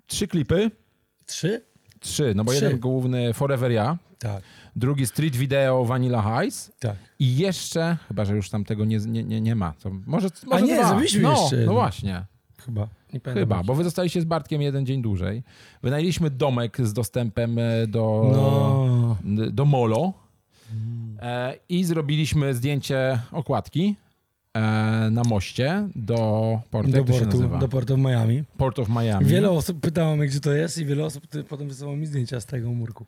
S3: trzy klipy.
S2: Trzy?
S3: Trzy, no bo
S2: Trzy.
S3: jeden główny Forever Ja,
S2: Tak,
S3: drugi Street Video Vanilla Heights
S2: tak.
S3: i jeszcze, chyba że już tam tego nie, nie, nie, nie ma, to może, może
S2: nie,
S3: dwa.
S2: zrobiliśmy
S3: no,
S2: jeszcze
S3: No
S2: jeden.
S3: właśnie.
S2: Chyba. Nie pamiętam.
S3: Chyba, bo wy zostaliście z Bartkiem jeden dzień dłużej. Wynajęliśmy domek z dostępem e, do,
S2: No.
S3: do Molo e, i zrobiliśmy zdjęcie okładki e, na moście do portu,
S2: do
S3: jak to się
S2: portu,
S3: nazywa? Mhm.
S2: do portu w Miami.
S3: Port of Miami.
S2: Wiele osób pytało mnie, gdzie to jest i wiele osób ty, potem wysyłało mi zdjęcia z tego murku.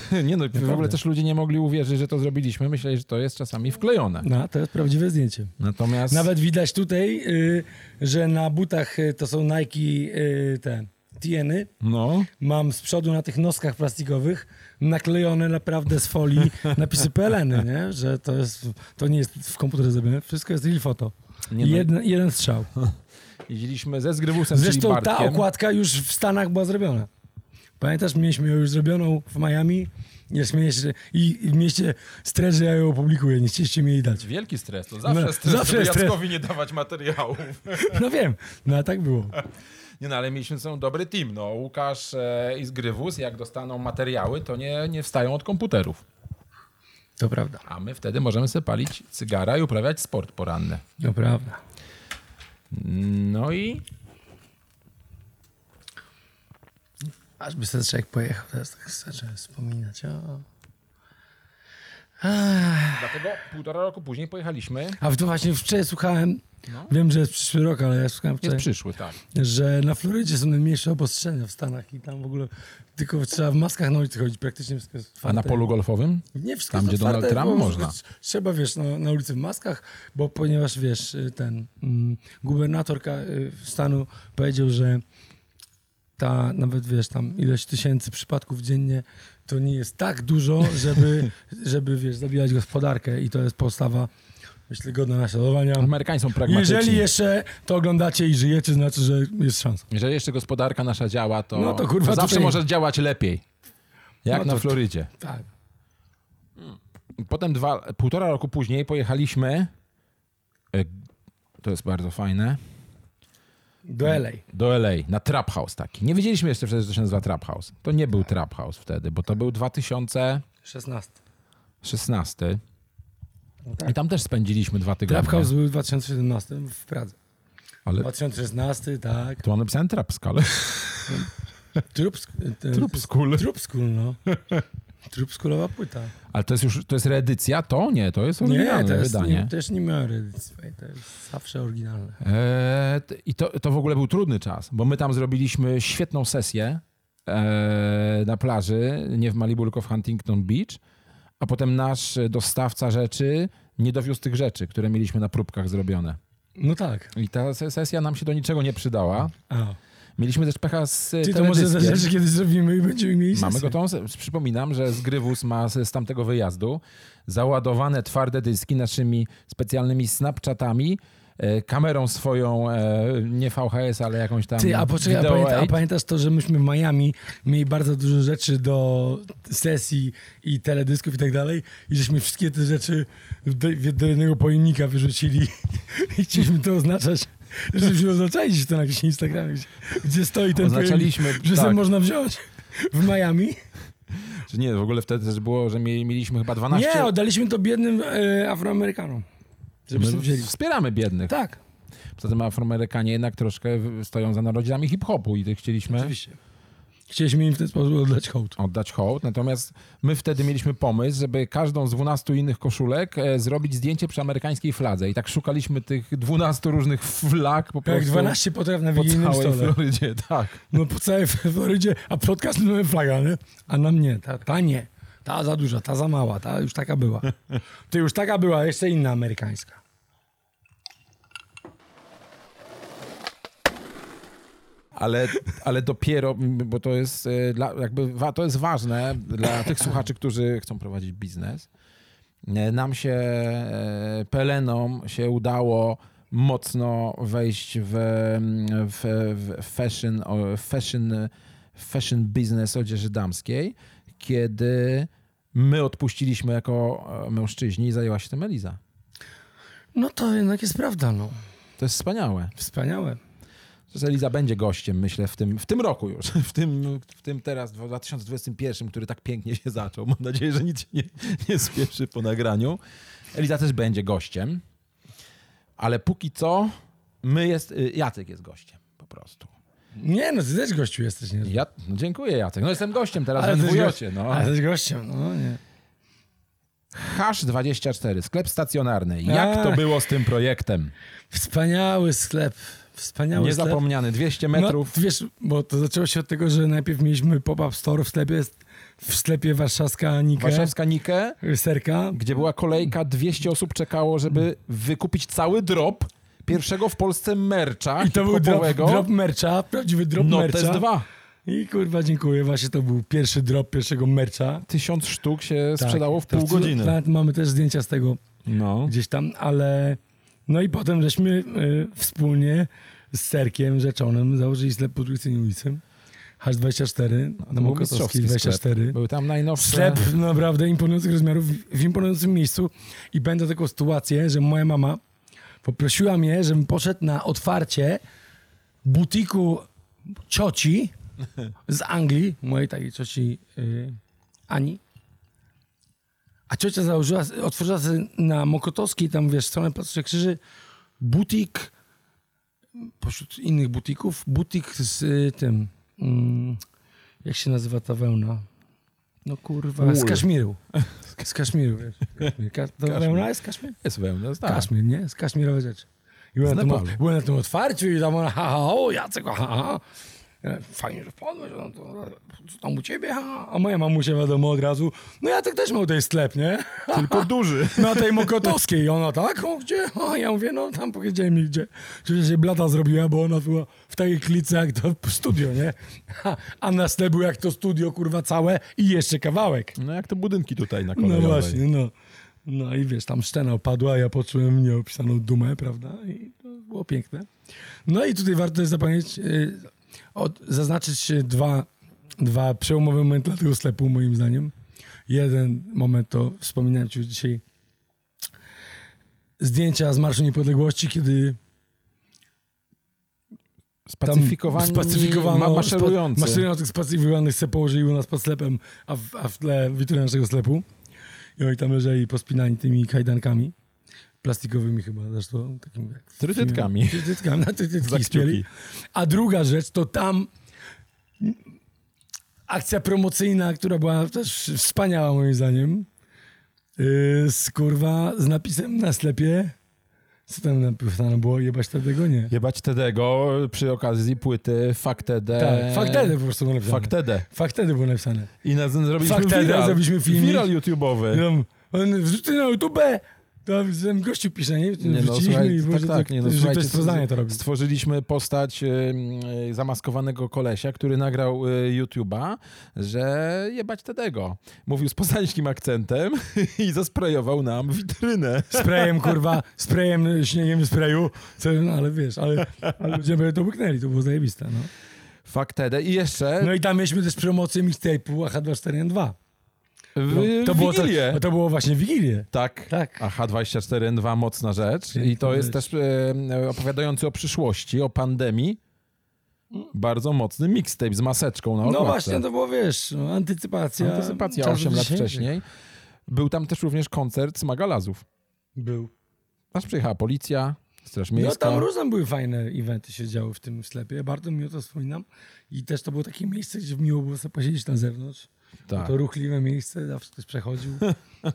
S3: Nie no, w ogóle też ludzie nie mogli uwierzyć, że to zrobiliśmy. Myśleli, że to jest czasami wklejone.
S2: No, to jest prawdziwe zdjęcie.
S3: Natomiast
S2: Nawet widać tutaj, y, że na butach y, to są Nike y, te TN-y.
S3: no,
S2: Mam z przodu na tych noskach plastikowych naklejone naprawdę z folii napisy PLN, nie? że to, jest, to nie jest w komputerze zrobione, wszystko jest real foto.
S3: Nie no.
S2: Jeden, jeden strzał.
S3: jeździliśmy ze Zgrywusem, czyli
S2: Zresztą ta
S3: Bartkiem.
S2: okładka już w Stanach była zrobiona. Pamiętasz, mieliśmy ją już zrobioną w Miami ja śmieję się, że- i i w mieście stres, że ja ją opublikuję, nie chcieliście mi jej dać.
S3: Wielki stres, to
S2: No, zawsze
S3: żeby
S2: stres.
S3: nie dawać materiałów.
S2: No wiem, no a tak było.
S3: Nie no, ale mieliśmy są dobry team. No, Łukasz e, i Zgrywus, jak dostaną materiały, to nie, nie wstają od komputerów.
S2: To prawda.
S3: A my wtedy możemy sobie palić cygara i uprawiać sport poranny.
S2: To prawda.
S3: No i
S2: Aż by sobie człowiek pojechał, teraz tak zacząłem wspominać. O. Ach.
S3: dlatego półtora roku później pojechaliśmy.
S2: A w- to właśnie wczoraj słuchałem, wiem, że jest przyszły rok, ale ja słuchałem
S3: Jest
S2: wczoraj,
S3: przyszły, tak.
S2: że na Florydzie są najmniejsze obostrzenia w Stanach i tam w ogóle tylko trzeba w maskach na ulicy chodzić, praktycznie wszystko jest
S3: A na
S2: otwarte.
S3: polu golfowym?
S2: Nie wszystko
S3: Tam,
S2: jest
S3: gdzie Donald
S2: otwarte,
S3: Trump
S2: bo
S3: można.
S2: Trzeba, wiesz, no, na, na ulicy w maskach, bo ponieważ, wiesz, y, ten mm, gubernator ka- y, stanu powiedział, że ta, nawet wiesz, tam ileś tysięcy przypadków dziennie, to nie jest tak dużo, żeby, żeby wiesz, zabijać gospodarkę i to jest postawa, myślę, godna naśladowania.
S3: Amerykanie są pragmatyczni.
S2: Jeżeli jeszcze to oglądacie i żyjecie, to znaczy, że jest szansa.
S3: Jeżeli jeszcze gospodarka nasza działa, to,
S2: No to kurwa
S3: to zawsze
S2: tutaj-
S3: może działać lepiej. Jak
S2: No
S3: na
S2: to-
S3: Florydzie.
S2: Tak.
S3: Potem dwa, półtora roku później pojechaliśmy. e, To jest bardzo fajne.
S2: Do LA.
S3: Do LA, na Trap House taki. Nie wiedzieliśmy jeszcze wtedy, że to się nazywa Trap House. To nie był Trap House wtedy, bo to był 2016.
S2: 16.
S3: I tam też spędziliśmy dwa tygodnie.
S2: Trap House był w 2017 w Pradze.
S3: Ale
S2: 2016, tak.
S3: tu mam napisane Trap Skull.
S2: Trup,
S3: Trup Skull.
S2: Trup School, no. Trup Schoolowa płyta.
S3: Ale to jest już, to jest reedycja? To? Nie, to jest
S2: Nie,
S3: oryginalne
S2: to jest,
S3: wydanie.
S2: nie, też nie miałem edycji, słuchaj, to jest zawsze oryginalne.
S3: Eee, t- I to, to w ogóle był trudny czas, bo my tam zrobiliśmy świetną sesję eee, na plaży, nie w Malibu, tylko w Huntington Beach, a potem nasz e, dostawca rzeczy nie dowiózł tych rzeczy, które mieliśmy na próbkach zrobione.
S2: No tak.
S3: I ta se- sesja nam się do niczego nie przydała.
S2: A.
S3: Mieliśmy też pecha z e,
S2: Czyli to może za
S3: teledyskiem.
S2: rzeczy kiedyś zrobimy i będziemy mieli
S3: Mamy
S2: sesję.
S3: gotową. se- Przypominam, że Zgrywus ma z z tamtego wyjazdu załadowane twarde dyski naszymi specjalnymi Snapchatami, e, kamerą swoją, e, nie VHS, ale jakąś tam.
S2: Ty, a poczekaj, a,
S3: Video
S2: pamięta, a
S3: Aid.
S2: pamiętasz to, że myśmy w Miami mieli bardzo dużo rzeczy do sesji i teledysków i tak dalej i żeśmy wszystkie te rzeczy do, do jednego pojemnika wyrzucili i chcieliśmy to oznaczać, żeśmy oznaczali gdzieś to na jakimś Instagramie, gdzie, gdzie stoi ten
S3: Oznaczaliśmy,
S2: pojemnik, że
S3: tak.
S2: sam można wziąć w Miami.
S3: Czy nie, w ogóle wtedy też było, że mieli, mieliśmy chyba 12.
S2: Nie, oddaliśmy to biednym e, Afroamerykanom, żeby
S3: My
S2: sobie wzięli.
S3: No, Wspieramy biednych.
S2: Tak,
S3: Zatem Afroamerykanie jednak troszkę w- stoją za narodzinami hip-hopu i tych chcieliśmy
S2: oczywiście. Chcieliśmy im w ten sposób oddać hołd.
S3: oddać hołd. Natomiast my wtedy mieliśmy pomysł, żeby każdą z 12 innych koszulek e, zrobić zdjęcie przy amerykańskiej fladze. I tak szukaliśmy tych 12 różnych flag po
S2: Jak
S3: prostu
S2: 12 potraw na
S3: po
S2: wigilijnym
S3: całej
S2: Tak, stole.
S3: Florydzie. Tak.
S2: No po całej Florydzie, a podcast numer flaga, nie? A na mnie, ta, ta nie. Ta za duża, ta za mała, ta już taka była. Ty już taka była, jeszcze inna amerykańska.
S3: Ale, ale dopiero, bo to jest, e, dla, jakby, wa- to jest ważne dla tych słuchaczy, którzy chcą prowadzić biznes. E, Nam się, e, Pelenom się udało mocno wejść w, mm, w, w fashion, o, fashion, fashion business odzieży damskiej, kiedy my odpuściliśmy jako e, mężczyźni i zajęła się tym Eliza.
S2: No to jednak jest prawda, no.
S3: To jest wspaniałe.
S2: Wspaniałe.
S3: Że Eliza będzie gościem, myślę, w tym, w tym roku już. W tym, w tym teraz, w 2021, który tak pięknie się zaczął. Mam nadzieję, że nic się nie, nie spieszy po nagraniu. Eliza też będzie gościem. Ale póki co, my jest, y, Jacek jest gościem po prostu.
S2: Nie, no ty też gościu jesteś, nie?
S3: Ja, no dziękuję, Jacek. No jestem gościem teraz ale
S2: też
S3: w
S2: goś-
S3: Wujocie. No.
S2: Ale też gościem, no nie.
S3: Hash24, sklep stacjonarny. Jak to
S2: Ach.
S3: było z tym projektem?
S2: Wspaniały sklep. Wspaniały sklep.
S3: Niezapomniany, 200 metrów.
S2: No, wiesz, bo to zaczęło się od tego, że najpierw mieliśmy pop-up store w sklepie, w sklepie warszawska Nike,
S3: Warszawska Nike,
S2: serka.
S3: gdzie była kolejka, 200 osób czekało, żeby wykupić cały drop pierwszego w Polsce mercha
S2: I to był drop,
S3: hip-hopowego.
S2: drop mercha, prawdziwy drop mercha.
S3: Notes 2.
S2: I kurwa, dziękuję, właśnie to był pierwszy drop pierwszego mercha.
S3: Tysiąc sztuk się
S2: Tak.
S3: sprzedało w
S2: To
S3: pół
S2: cud-
S3: godziny.
S2: Nawet mamy też zdjęcia z tego
S3: No.
S2: gdzieś tam, ale... No i potem żeśmy y, wspólnie z Serkiem Rzeczonym założyli sklep pod ulicy ulicy. H24 na
S3: Był
S2: Mokotowskiej
S3: mistrzowski No, sklep.
S2: 24.
S3: Były tam najnowsze...
S2: Sklep naprawdę imponujących rozmiarów, w imponującym miejscu i będę taką sytuację, że moja mama poprosiła mnie, żebym poszedł na otwarcie butiku cioci z Anglii, mojej takiej cioci y, Ani. A ciocia założyła, otworzyła sobie na Mokotowskiej, tam wiesz, stronę Placu Krzyży, butik pośród innych butików, butik z y, tym, mm, jak się nazywa ta wełna? No kurwa, z
S3: Ul.
S2: Kaszmiru. Z Kaszmiru, wiesz. Kaszmir. Ka- to
S3: Kaszmir.
S2: wełna jest z Kaszmir?
S3: Jest wełna, tak.
S2: Kaszmir, nie? Z Kaszmirowe rzeczy. I byłem, na tym,
S3: Nepalu.
S2: byłem na tym otwarciu i tam ona, ha, ha, o, Jacek, ha, ha, ha. Ja, Fajnie, że wpadłeś, no to, co tam u ciebie, ha, ha? A moja mamusia wiadomo od razu, no Jacek też miał ten sklep, nie?
S3: Tylko duży.
S2: Na tej Mokotowskiej. I ona tak, o, gdzie? O, ja mówię, no tam powiedziałem mi gdzie. Czyli się blada zrobiła, bo ona była w takiej klice jak to studio, nie? Ha, a na tle był jak to studio, kurwa, całe i jeszcze kawałek.
S3: No jak te budynki tutaj na
S2: No
S3: kolejowej.
S2: właśnie, no. No i wiesz, tam szczena opadła, ja poczułem nieopisaną dumę, prawda? I to było piękne. No i tutaj warto jest zapamiętać, y, od, zaznaczyć y, dwa, dwa przełomowe momenty dla tego sklepu, moim zdaniem. Jeden moment to, wspominałem ci już dzisiaj, zdjęcia z Marszu Niepodległości, kiedy tam
S3: Spacyfikowani, ma, maszerujący.
S2: spa- Maszerujących spacyfikowanych se położyli u nas pod sklepem, a w, a w tle witryna naszego sklepu. I oni tam leżeli pospinani tymi kajdankami. Plastikowymi chyba zresztą. Takimi, jak w
S3: Trytytkami.
S2: filmie. Trytytkami, na
S3: Za
S2: trytytki
S3: kciuki.
S2: spieli. A druga rzecz to tam akcja promocyjna, która była też wspaniała moim zdaniem. Yy, z kurwa, z napisem na sklepie. Co tam napisane było? Jebać tego nie.
S3: Jebać Tedego przy okazji płyty Fakt TD.
S2: Tak, fakt wtedy po prostu było napisane.
S3: E, Fakt TD.
S2: Fakt wtedy było napisane.
S3: I na zrobiliśmy
S2: Fakt TD,
S3: viral.
S2: zrobiliśmy filmik.
S3: Viral YouTube'owy.
S2: I tam, On wrzucił na YouTube. Tam, tam gościu pisze, nie?
S3: Nie no,
S2: Wrzuciliśmy
S3: słuchaj,
S2: i było,
S3: tak,
S2: że to-
S3: tak, nie no,
S2: że
S3: słuchajcie,
S2: ktoś z Poznania to robi.
S3: Stworzyliśmy postać em, e, zamaskowanego kolesia, który nagrał e, YouTube'a, że jebać Tedego. Mówił z poznańskim akcentem i zasprejował nam witrynę.
S2: Sprayem, kurwa, sprayem, śniegiem sprayu. Co, no, ale wiesz, ale, ale ludzie by to łyknęli, to było zajebiste, no.
S3: Fakt TD. I jeszcze
S2: No i tam mieliśmy też promocję mixtape'u AH24N2.
S3: w,
S2: No, to, było to,
S3: Y, Wigilię.
S2: to było właśnie w Wigilię.
S3: Tak.
S2: Tak.
S3: Aha, 24N2, mocna rzecz. I to
S2: Piękna rzecz.
S3: jest też e, opowiadający o przyszłości, o pandemii. Bardzo mocny mixtape z maseczką na
S2: Mm. No
S3: okładce.
S2: właśnie, to było, wiesz, no, antycypacja.
S3: Antycypacja
S2: czasów
S3: 8 lat
S2: dzisiejszych.
S3: wcześniej. Był tam też również koncert Smagalazów.
S2: Był.
S3: Aż przyjechała policja, straż
S2: No
S3: miejska.
S2: tam różne były fajne eventy się działy w tym sklepie. Bardzo miło to wspominam. I też to było takie miejsce, gdzie miło było sobie posiedzieć na zewnątrz.
S3: Tak.
S2: To ruchliwe miejsce, zawsze ktoś przechodził.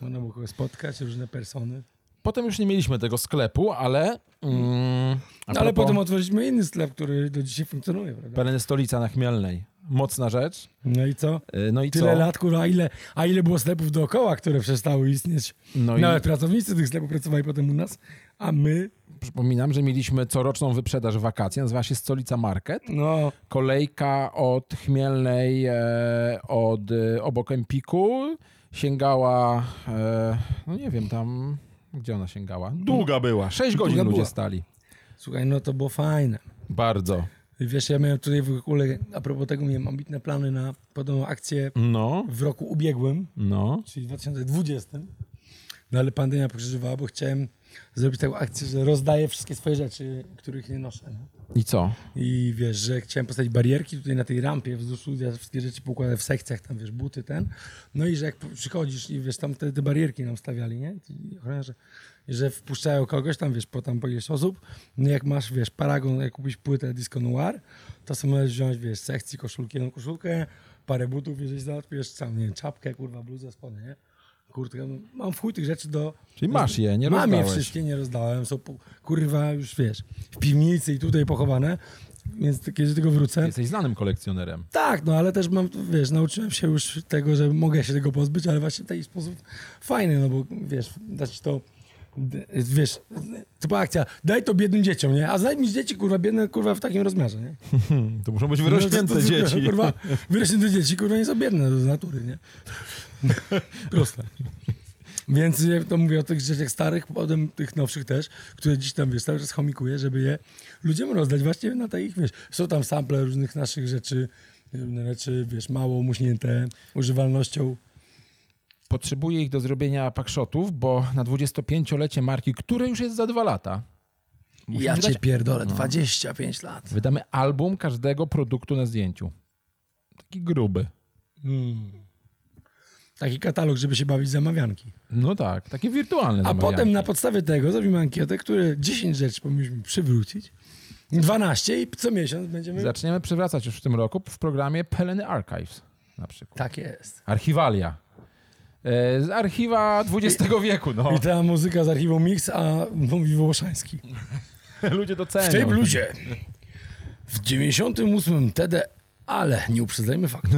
S2: Można było kogoś spotkać, różne persony.
S3: Potem już nie mieliśmy tego sklepu, ale... Mm, a
S2: No, ale
S3: propos
S2: potem otworzyliśmy inny sklep, który do dzisiaj funkcjonuje, prawda?
S3: Peleny Stolica na Chmielnej. Mocna rzecz.
S2: No i co?
S3: E, No i
S2: Tyle
S3: co?
S2: lat, kurwa, a ile, a ile było sklepów dookoła, które przestały istnieć.
S3: No i-
S2: Nawet pracownicy tych sklepów pracowali potem u nas, a my,
S3: Przypominam, że mieliśmy coroczną wyprzedaż wakacji. Nazywała się Stolica Market.
S2: no,
S3: kolejka od Chmielnej, e, od e, obok Empiku sięgała, e, no nie wiem tam, gdzie ona sięgała. Długa była, 6 godzin
S2: Długa
S3: ludzie
S2: była.
S3: stali.
S2: słuchaj, no to było fajne.
S3: Bardzo.
S2: I Wiesz, ja miałem tutaj w ogóle, a propos tego, miałem ambitne plany na podobną akcję
S3: No,
S2: w roku ubiegłym,
S3: no.
S2: czyli 2020. No ale pandemia pokrzyżowała, bo chciałem zrobić taką akcję, że rozdaję wszystkie swoje rzeczy, których nie noszę. Nie?
S3: I co?
S2: I wiesz, że chciałem postawić barierki tutaj na tej rampie wzdłuż ja wszystkie rzeczy poukładałem w sekcjach, tam wiesz, buty, ten. No i że jak przychodzisz i wiesz, tam te, te barierki nam stawiali, nie? Ci Ochroniarze, że wpuszczają kogoś tam, wiesz, po tam po ileś osób. No jak masz, wiesz, paragon, jak kupisz płytę Disco Noir, to sobie możesz wziąć, wiesz, z sekcji, koszulki, jedną koszulkę, parę butów, jeżeli załatwisz, sam, nie wiem, czapkę, kurwa, bluzę, spodnie, nie? kurtkę. No, Mam w chuj tych rzeczy do...
S5: Czyli masz je, nie
S2: Mam je
S5: rozdałeś.
S2: wszystkie, nie rozdałem. Są, po- kurwa, już wiesz, w piwnicy i tutaj pochowane. Więc ty- kiedy do tego wrócę...
S5: Jesteś znanym kolekcjonerem.
S2: Tak, no ale też mam, wiesz, nauczyłem się już tego, że mogę się tego pozbyć, ale właśnie w taki sposób fajny, no bo wiesz, dać to, d- wiesz, typu akcja, daj to biednym dzieciom, nie? A znajdź mi dzieci, kurwa, biedne, kurwa, w takim rozmiarze, nie?
S5: To muszą być wyrośnięte
S2: No, to- to- to-
S5: dzieci.
S2: Kurwa, wyrośnięte dzieci, kurwa, nie są biedne z natury, nie? Proste. Więc jak to mówię o tych rzeczach starych, potem tych nowszych też, które dziś tam, wiesz, cały czas chomikuję, żeby je ludziom rozdać właśnie na takich, wiesz, są tam sample różnych naszych rzeczy, różne rzeczy, wiesz, mało muśnięte, używalnością.
S3: Potrzebuję ich do zrobienia pakszotów, bo na 25-lecie marki, które już jest za dwa lata, musimy
S2: ja
S3: wydać,
S2: cię pierdolę, 25 lat.
S3: wydamy album każdego produktu na zdjęciu. Taki gruby.
S2: Taki katalog, żeby się bawić zamawianki.
S3: No tak, takie wirtualne
S2: A
S3: zamawianie.
S2: potem na podstawie tego zrobimy ankietę, które 10 rzeczy powinniśmy przywrócić, 12 i co miesiąc będziemy...
S3: Zaczniemy przywracać już w tym roku w programie Peleny Archives na przykład.
S2: Tak jest.
S3: Archiwalia. E, Z archiwa XX wieku, no.
S2: I ta muzyka z archiwum Mix, a mówi Wołoszański.
S3: Ludzie docenią.
S2: W tej bluzie. W 98 TD, ale nie uprzedzajmy faktu.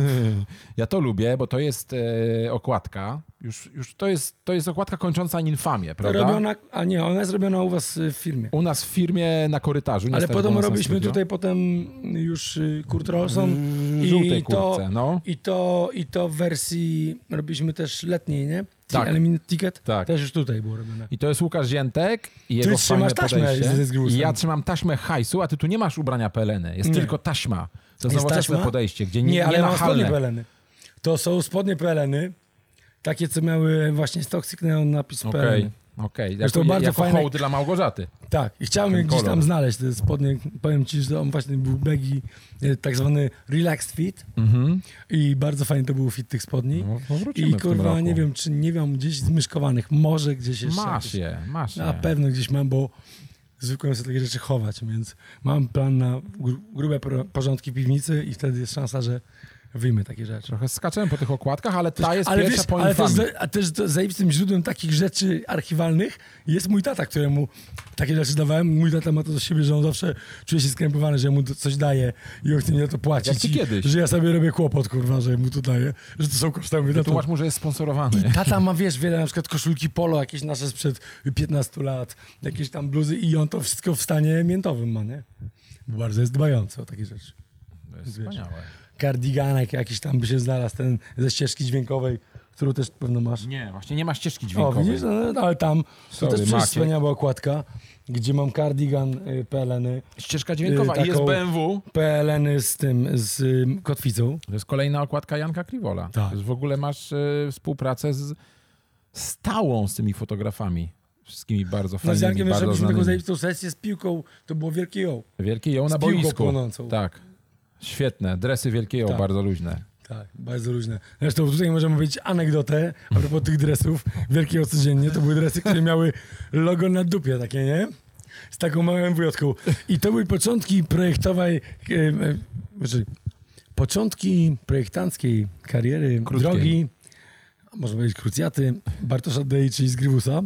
S3: Ja to lubię, bo to jest e, okładka. Już, już to, jest, to jest okładka kończąca infamię, prawda?
S2: Robiona, a nie, ona jest robiona u was y, w firmie.
S3: U nas w firmie na korytarzu. nie
S2: Ale
S3: stać
S2: potem
S3: było nas na
S2: robiliśmy
S3: studio.
S2: tutaj potem już y, Kurt Rolson
S3: no. Mm, W żółtej
S2: i to,
S3: kurtce, no.
S2: i, to, i to w wersji robiliśmy też letniej, nie?
S3: Tak.
S2: Element Ticket
S3: Tak.
S2: też już tutaj było robione.
S3: I to jest Łukasz Ziętek i jego
S2: trzymasz
S3: fajne
S2: taśmę
S3: podejście.
S2: z- z grusem.
S3: I ja trzymam taśmę hajsu, a ty tu nie masz ubrania peleny. Jest
S2: Nie.
S3: tylko taśma. To jest nowoczesne
S2: taśma?
S3: podejście, gdzie nie,
S2: Nie,
S3: nie,
S2: ale mam spodnie
S3: nachalne.
S2: peleny. To są spodnie peleny, takie co miały właśnie z Toxic Neon napis
S3: Okej,
S2: peleny.
S3: okej.
S2: Zresztą
S3: Jako,
S2: bardzo
S3: jako
S2: fajne-
S3: hołd dla Małgorzaty.
S2: Tak, i chciałem
S3: Ten
S2: je gdzieś
S3: kolor.
S2: tam znaleźć te spodnie. Powiem ci, że on właśnie był begi, e, tak zwany relaxed fit
S3: Mhm.
S2: i bardzo fajny to był fit tych spodni.
S3: No, powrócimy
S2: I
S3: w tym
S2: kurwa,
S3: roku.
S2: nie wiem, czy nie wiem, gdzieś zmieszkowanych, może gdzieś jeszcze.
S3: Masz
S2: jakieś-
S3: je, masz
S2: Na
S3: je.
S2: pewno gdzieś mam, bo zwykłem sobie takie rzeczy chować, więc mam plan na gru- grube pro- porządki piwnicy i wtedy jest szansa, że wyjmę takie rzeczy.
S3: Trochę skaczemy po tych okładkach, ale ta jest
S2: ale
S3: pierwsza
S2: wiesz,
S3: po
S2: ale też,
S3: infamii.
S2: za- a też to zajebistym źródłem takich rzeczy archiwalnych jest mój tata, któremu takie rzeczy dawałem. Mój tata ma to do siebie, że on zawsze czuje się skrępowany, że mu to coś daje i on chce mi za to płacić.
S3: Jak ty
S2: i,
S3: kiedyś.
S2: Że ja sobie robię kłopot, kurwa, że mu to daję, że to są koszty. Ja mówię, tato,
S3: Wytłumacz mu, że jest sponsorowany.
S2: i tata ma, wiesz, wiele na przykład koszulki polo, jakieś nasze sprzed 15 lat, jakieś tam bluzy i on to wszystko w stanie miętowym ma, nie? Bo bardzo jest dbający o takie rzeczy.
S3: To jest wspaniałe.
S2: Kardiganek jakiś tam by się znalazł, ten ze ścieżki dźwiękowej, którą też pewno masz.
S3: Nie, właśnie nie ma ścieżki
S2: O,
S3: dźwiękowej.
S2: widzisz, no, no, ale tam
S3: Sorry,
S2: to też
S3: Maciek.
S2: przecież wspaniała okładka, gdzie mam kardigan, y, peleny,
S3: Ścieżka dźwiękowa
S2: Yy,
S3: i jest
S2: taką-
S3: BMW.
S2: peleny z tym, z y, kotwicą.
S3: To jest kolejna okładka Janka Kriwola.
S2: Tak.
S3: To jest W ogóle masz e, współpracę z stałą z tymi fotografami. Wszystkimi bardzo
S2: No z
S3: fajnymi,
S2: Jankiem
S3: bardzo
S2: robiliśmy taką
S3: znanymi.
S2: zajebistą sesję z piłką, to było wielkie ją.
S3: Wielkie ją na
S2: z piłką
S3: boisku.
S2: płonącą.
S3: Tak. Świetne. Dresy Wielkie ją,
S2: Tak.
S3: bardzo luźne.
S2: Tak, bardzo różne. Zresztą tutaj możemy powiedzieć anegdotę a propos tych dresów. Wielkiego codziennie to były dresy, które miały logo na dupie takie, nie? Z taką małą wyjątką. I to były początki projektowej, e, e, znaczy, początki projektanckiej kariery
S3: Krótkiej.
S2: drogi, a można powiedzieć krucjaty, Bartosza Dej, czyli z Grywusa,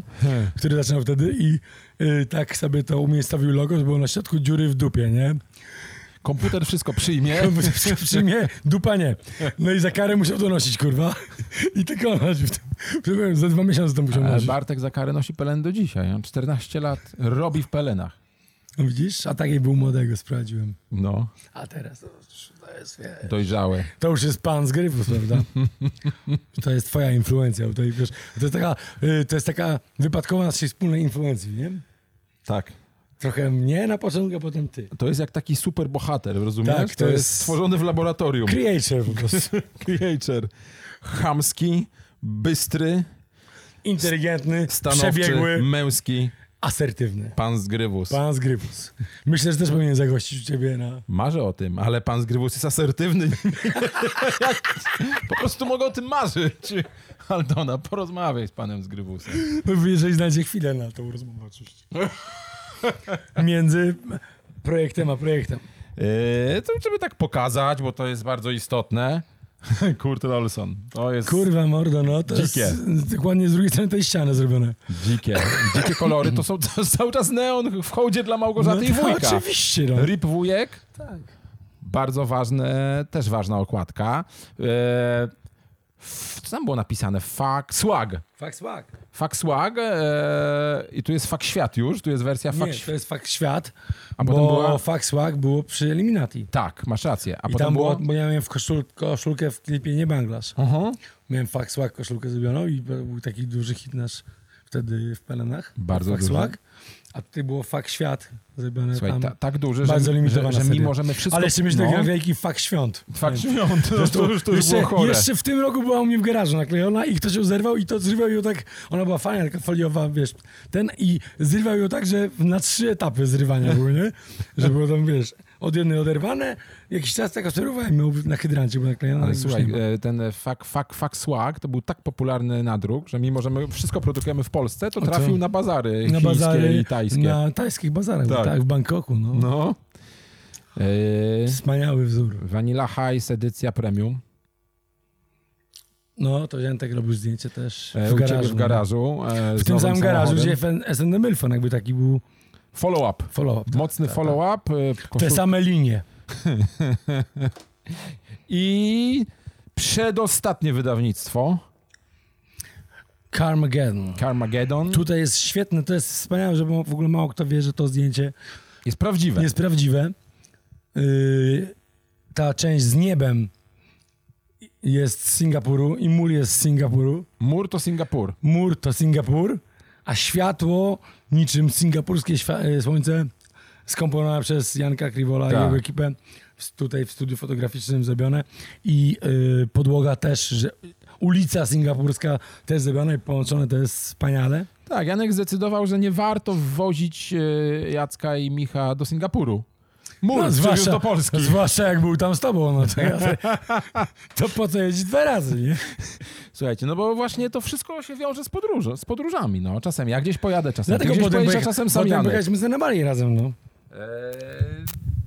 S2: który zaczynał wtedy i e, tak sobie to umiejscowił logo, że było na środku dziury w dupie, nie?
S3: Komputer wszystko przyjmie.
S2: Komputer przyjmie, dupa nie. No i za karę musiał to nosić, kurwa. I tylko on nosił w tym. Przepraszam, za dwa miesiące to musiał
S3: Ale
S2: nosić.
S3: E, Bartek za karę nosi pelen do dzisiaj. On 14 lat robi w pelenach.
S2: No widzisz? A takiej był młodego, sprawdziłem.
S3: No,
S2: A teraz to, już- to jest, wie,
S3: dojrzałe.
S2: to już jest pan z Gryfus, prawda? To jest twoja influencja. bo To, wiesz, to, jest taka, y, to jest taka wypadkowa naszej wspólnej influencji, nie?
S3: Tak.
S2: Trochę mnie na początku, a potem ty.
S3: To jest jak taki super bohater, rozumiesz?
S2: Tak,
S3: to,
S2: to
S3: jest...
S2: jest-
S3: stworzony w laboratorium.
S2: Creator po prostu.
S3: Creator. Chamski, bystry,
S2: Inteligentny,
S3: stanowczy,
S2: przebiegły,
S3: męski,
S2: asertywny.
S3: pan z Grywus.
S2: Pan z Gryfus. Myślę, że też powinien zagościć u ciebie na...
S3: Marzę o tym, ale pan z Grywus jest asertywny. po prostu mogę o tym marzyć. Aldona, porozmawiaj z panem z Grywusem.
S2: Jeżeli znajdzie chwilę na tą rozmowę oczywiście. Między projektem a projektem.
S3: E, Yy, to żeby tak pokazać, bo to jest bardzo istotne. Kurt Rolson. To jest
S2: Kurwa mordo, no to
S3: Dzikie.
S2: jest dokładnie z drugiej strony tej ściany zrobione.
S3: dzikie. Dzikie kolory. To są to jest cały czas neon w hołdzie dla Małgorzaty i
S2: No to
S3: wujka.
S2: Oczywiście, no.
S3: Rip wujek. Bardzo ważne, też ważna okładka. E, f, co tam było napisane? Fuck swag.
S2: Fakt swag.
S3: Fuck swag. E, I tu jest fuck świat już, tu jest wersja fuck
S2: Nie,
S3: świ-
S2: to jest fakt świat,
S3: A
S2: bo
S3: potem była...
S2: fakt swag było przy eliminacji.
S3: Tak, masz rację. A
S2: I
S3: potem
S2: tam
S3: było...
S2: było, bo ja miałem w koszul, koszulkę w klipie nie Banglasz.
S3: Mhm.
S2: Miałem fakt swag koszulkę zrobioną i był taki duży hit nasz wtedy w Pelenach.
S3: Bardzo
S2: Fakt
S3: duży.
S2: swag. A tutaj było fakt świat zrobione
S3: Słuchaj,
S2: tam.
S3: ta, tak duży, że,
S2: bardzo
S3: że,
S2: limitowana
S3: że
S2: seria.
S3: mimo, że my wszystko...
S2: Ale jeszcze myślę, no. wielki fakt świąt.
S3: Fakt świąt, no to już, to już było
S2: jeszcze,
S3: chore.
S2: jeszcze w tym roku była u mnie w garażu naklejona i ktoś ją zerwał i to zrywał ją tak, ona była fajna, taka foliowa, wiesz, ten i zrywał ją tak, że na trzy etapy zrywania były, nie? Że było tam, wiesz, od jednej oderwane, jakiś czas taka serwowa i miał na hydrancie była naklejona. tak
S3: Ale
S2: i już
S3: słuchaj,
S2: nie ma.
S3: e, ten e, fuck, fuck, fuck swag to był tak popularny nadruk, że mimo, że my wszystko produkujemy w Polsce, to
S2: O, co?
S3: trafił na bazary na
S2: na
S3: chińskie
S2: bazary,
S3: i tajskie.
S2: na tajskich bazarach,
S3: Tak.
S2: tak, w Bangkoku, no.
S3: No. E,
S2: Wspaniały wzór.
S3: Vanilla Highs edycja premium.
S2: No, to Ziętek robił zdjęcie też
S3: E,
S2: w
S3: u
S2: garażu. no.
S3: ciebie w garażu. e,
S2: W
S3: z
S2: tym
S3: nowym
S2: samym garażu,
S3: samochodem.
S2: gdzie FN SND Milfon jakby taki był
S3: Follow-up. tak,
S2: follow-up.
S3: Mocny follow-up. e,
S2: Te
S3: koszul-
S2: same linie.
S3: I przedostatnie wydawnictwo.
S2: Carmageddon.
S3: Carmageddon.
S2: Tutaj jest świetne, to jest wspaniałe, że w ogóle mało kto wie, że to zdjęcie
S3: Jest prawdziwe.
S2: jest prawdziwe. Yy, ta część z niebem jest z Singapuru i mur jest z Singapuru.
S3: Mur to Singapur.
S2: Mur to Singapur, a światło niczym singapurskie świa- yy, słońce skomponowane przez Janka Kriwola
S3: Tak.
S2: i jego ekipę w- tutaj w studiu fotograficznym zrobione i yy, podłoga też, że ulica singapurska też zrobiona i połączone to jest wspaniale.
S3: Tak, Janek zdecydował, że nie warto wwozić e, Jacka i Micha do Singapuru. Mur no, zwłaszcza, do Polski.
S2: Zwłaszcza jak był tam z tobą, no to, ja, to po co jeździć dwa razy, nie?
S3: Słuchajcie, no bo właśnie to wszystko się wiąże z, podróżą, z podróżami. No. Czasem ja gdzieś pojadę, czasem
S2: Dlatego
S3: ty gdzieś
S2: potem,
S3: pojedziesz,
S2: pojecha-
S3: czasem sam
S2: potem
S3: Janek.
S2: pojechaliśmy sobie na Bali razem, no.
S3: Eee,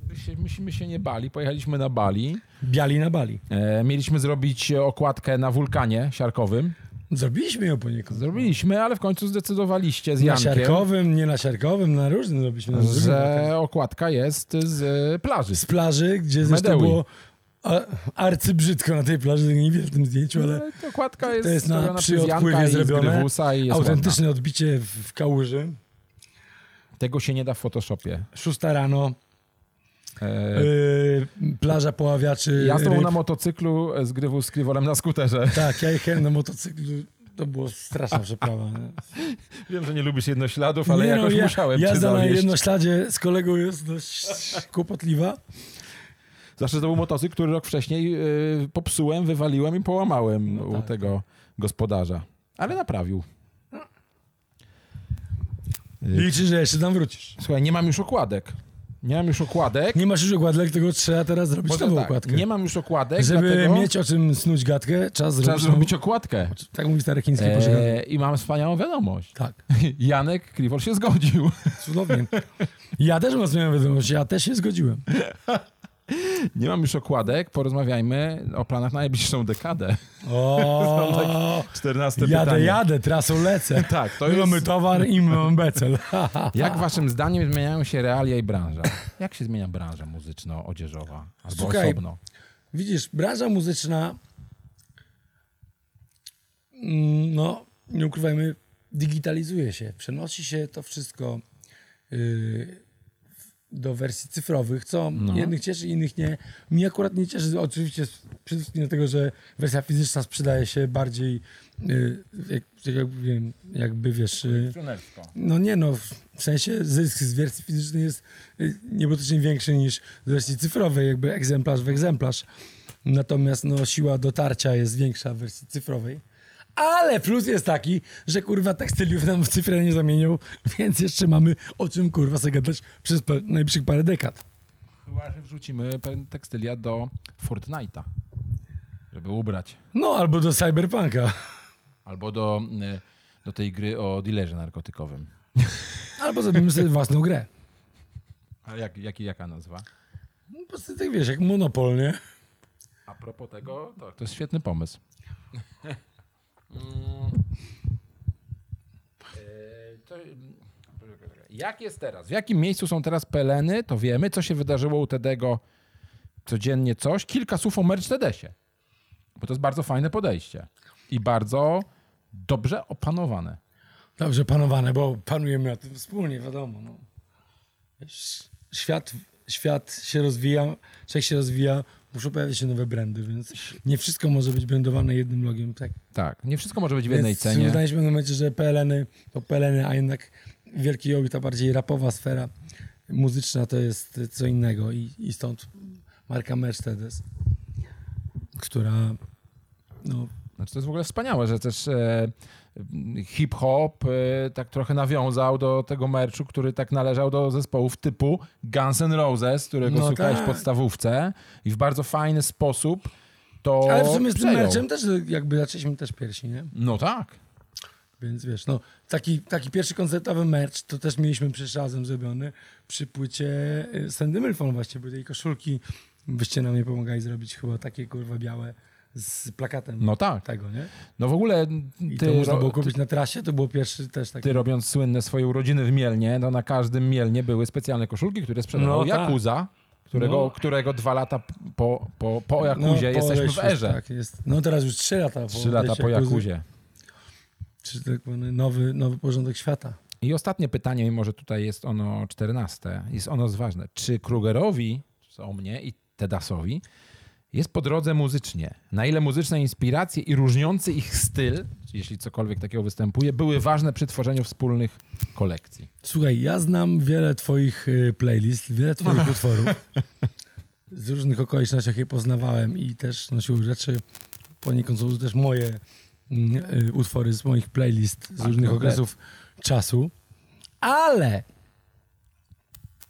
S3: my się- Myśmy się nie bali, pojechaliśmy na Bali.
S2: Biali na Bali.
S3: Eee, mieliśmy zrobić okładkę na wulkanie siarkowym.
S2: Zrobiliśmy ją poniekąd.
S3: Zrobiliśmy, ale w końcu zdecydowaliście z
S2: Na
S3: Jankiem,
S2: siarkowym, nie na siarkowym, na różnym no zrobiliśmy. Na
S3: że okładka jest z e, plaży.
S2: Z plaży, gdzie zresztą
S3: Medeui.
S2: było a, arcybrzydko na tej plaży, tego nie widzę w tym zdjęciu, ale
S3: E, To Okładka No, jest,
S2: to jest
S3: zrobiona
S2: na, przy
S3: przez Janka
S2: odpływie
S3: i z
S2: zrobione.
S3: Grywusa i jest ładna.
S2: Autentyczne odbicie w, w kałuży.
S3: Tego się nie da w Photoshopie.
S2: Szósta rano,
S3: Eee,
S2: yy, plaża poławiaczy
S3: jazdą
S2: ryb.
S3: na motocyklu e, z Grywu z Kriwolem na skuterze.
S2: Tak, ja jechałem na motocyklu. To było straszna przeprawa. nie?
S3: Wiem, że nie lubisz jednośladów, ale
S2: Nie no,
S3: jakoś
S2: ja-
S3: musiałem cię
S2: Jazda na
S3: zawieźć.
S2: jednośladzie z kolegą jest dość kłopotliwa.
S3: Zawsze to był motocykl, który rok wcześniej y, popsułem, wywaliłem i połamałem
S2: No
S3: u
S2: tak.
S3: tego gospodarza. Ale naprawił.
S2: Liczy, że jeszcze tam wrócisz.
S3: Słuchaj, nie mam już okładek. Nie mam już okładek.
S2: Nie masz już okładek, tego trzeba teraz zrobić
S3: Może
S2: nową
S3: tak,
S2: okładkę.
S3: nie mam już okładek,
S2: Żeby
S3: dlatego
S2: mieć o czym snuć gadkę, trzeba
S3: trzeba
S2: zrobić,
S3: zrobić okładkę.
S2: nową- Tak mówi stary chiński eee...
S3: E, I mam wspaniałą wiadomość.
S2: Tak,
S3: Janek Kriwol się zgodził.
S2: cudownie. Ja też mam swoją wiadomość, ja też się zgodziłem.
S3: Nie mam już okładek, porozmawiajmy o planach na najbliższą dekadę.
S2: O,
S3: 14
S2: jadę, jadę, trasą lecę.
S3: Tak, to
S2: My Mamy
S3: jest...
S2: towar i mamy becel.
S3: Jak waszym zdaniem zmieniają się realia i branża? Jak się zmienia branża muzyczno-odzieżowa? Albo
S2: Słuchaj,
S3: osobno?
S2: Widzisz, branża muzyczna, mm, no nie ukrywajmy, digitalizuje się. Przenosi się to wszystko yy, do wersji cyfrowych, co jednych cieszy, innych nie. Mi akurat nie cieszy, oczywiście z- przede wszystkim dlatego, że wersja fizyczna sprzedaje się bardziej, yy, jak, jak, wiem, jakby wiesz... Yy, no nie no, w sensie zysk z wersji fizycznej jest y, niebotycznie większy niż z wersji cyfrowej, jakby egzemplarz w egzemplarz. Natomiast no, siła dotarcia jest większa w wersji cyfrowej. Ale plus jest taki, że kurwa tekstyliów nam w cyfrę nie zamienią, więc jeszcze mamy o czym kurwa sobie gadać przez pe- najbliższych parę dekad.
S3: Chyba, że wrzucimy pen- tekstylia do Fortnite'a, żeby ubrać.
S2: No albo do cyberpunka,
S3: Albo do, y, do tej gry o dealerze narkotykowym.
S2: albo zrobimy sobie własną grę.
S3: A jak, jak, jaka nazwa?
S2: No, po prostu tak wiesz, jak monopol, nie?
S3: A A propos tego, Y, tak.
S6: To jest świetny pomysł.
S3: Eee, to, mm, Jak jest teraz? W jakim miejscu są teraz peleny? To wiemy, co się wydarzyło u Tedego codziennie coś. Kilka słów o Mercedesie. Bo to jest bardzo fajne podejście. I bardzo dobrze opanowane.
S2: Dobrze panowane, bo panujemy nad tym wspólnie, wiadomo. No. Wiesz, Świat, świat się rozwija, człowiek się rozwija, muszą pojawiać się nowe brandy, więc nie wszystko może być brandowane jednym logiem. Tak.
S3: Tak, nie wszystko może być w jednej
S2: więc
S3: cenie.
S2: Uznaliśmy w momencie, że PLN-y to PLN, a jednak wielki jogi, ta bardziej rapowa sfera muzyczna to jest co innego i, i stąd marka Mercedes, która no,
S3: Znaczy, to jest w ogóle wspaniałe, że też e, hip-hop e, tak trochę nawiązał do tego merchu, który tak należał do zespołów typu Guns N' Roses, którego
S2: No
S3: słuchałeś
S2: tak.
S3: w podstawówce i w bardzo fajny sposób to
S2: Ale w sumie z tym
S3: przejął.
S2: merchem też jakby zaczęliśmy też piersi, nie?
S3: No tak.
S2: Więc wiesz, no taki, taki pierwszy koncertowy merch to też mieliśmy przecież razem zrobiony przy płycie y, Sandy Milfon właśnie, bo tej koszulki wyście nam nie pomagali zrobić chyba takie kurwa białe z plakatem
S3: No tak.
S2: tego, nie?
S3: No w ogóle
S2: I
S3: ty,
S2: to można
S3: ro-
S2: było kupić na trasie, to było pierwszy też taki.
S3: ty robiąc słynne swoje urodziny w Mielnie, no na każdym Mielnie były specjalne koszulki, które sprzedawał
S2: No tak.
S3: Jakuza, którego,
S2: No.
S3: którego dwa lata po, po, po Jakuzie
S2: po
S3: jesteśmy w
S2: Oresiu,
S3: erze.
S2: Tak, jest. No teraz już trzy lata po
S3: Trzy lata
S2: Oresiu
S3: po
S2: Jakuzy.
S3: Jakuzie.
S2: Czy tak zwany nowy, nowy porządek świata.
S3: I ostatnie pytanie, mimo że tutaj jest ono 14, jest ono ważne. Czy Krugerowi, co o mnie i Tedasowi, jest po drodze muzycznie? Na ile muzyczne inspiracje i różniący ich styl, jeśli cokolwiek takiego występuje, były ważne przy tworzeniu wspólnych kolekcji?
S2: Słuchaj, ja znam wiele twoich y, playlist, wiele twoich utworów. Z różnych okolicznościach je poznawałem i też nosiły rzeczy. Poniekąd są też moje mm, y, utwory z moich playlist z różnych
S3: no
S2: okresów czasu. Ale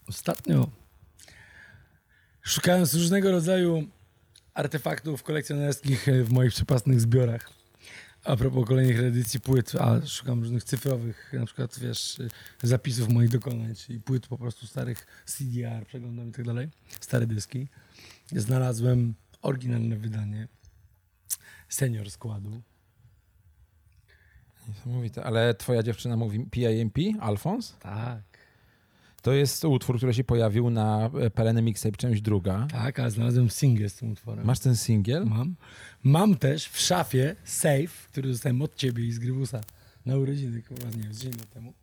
S2: ostatnio szukając różnego rodzaju artefaktów kolekcjonerskich y, w moich przepastnych zbiorach, a propos kolejnych edycji płyt, a szukam różnych cyfrowych, na przykład, wiesz, y, zapisów moich dokonań, czyli płyt po prostu starych CDR, przeglądam i tak dalej, stare dyski. Znalazłem oryginalne wydanie senior składu.
S3: Niesamowite, ale twoja dziewczyna mówi PIMP, Alfons?
S2: Tak.
S3: To jest utwór, który się pojawił na e, Peleny Mixtape, część druga.
S2: Tak, ale znalazłem single z tym utworem.
S3: Masz ten singiel?
S2: Mam. Mam też w szafie safe, który dostałem od ciebie i z Grybusa na urodziny, kurwa, nie wiem, z dzień temu.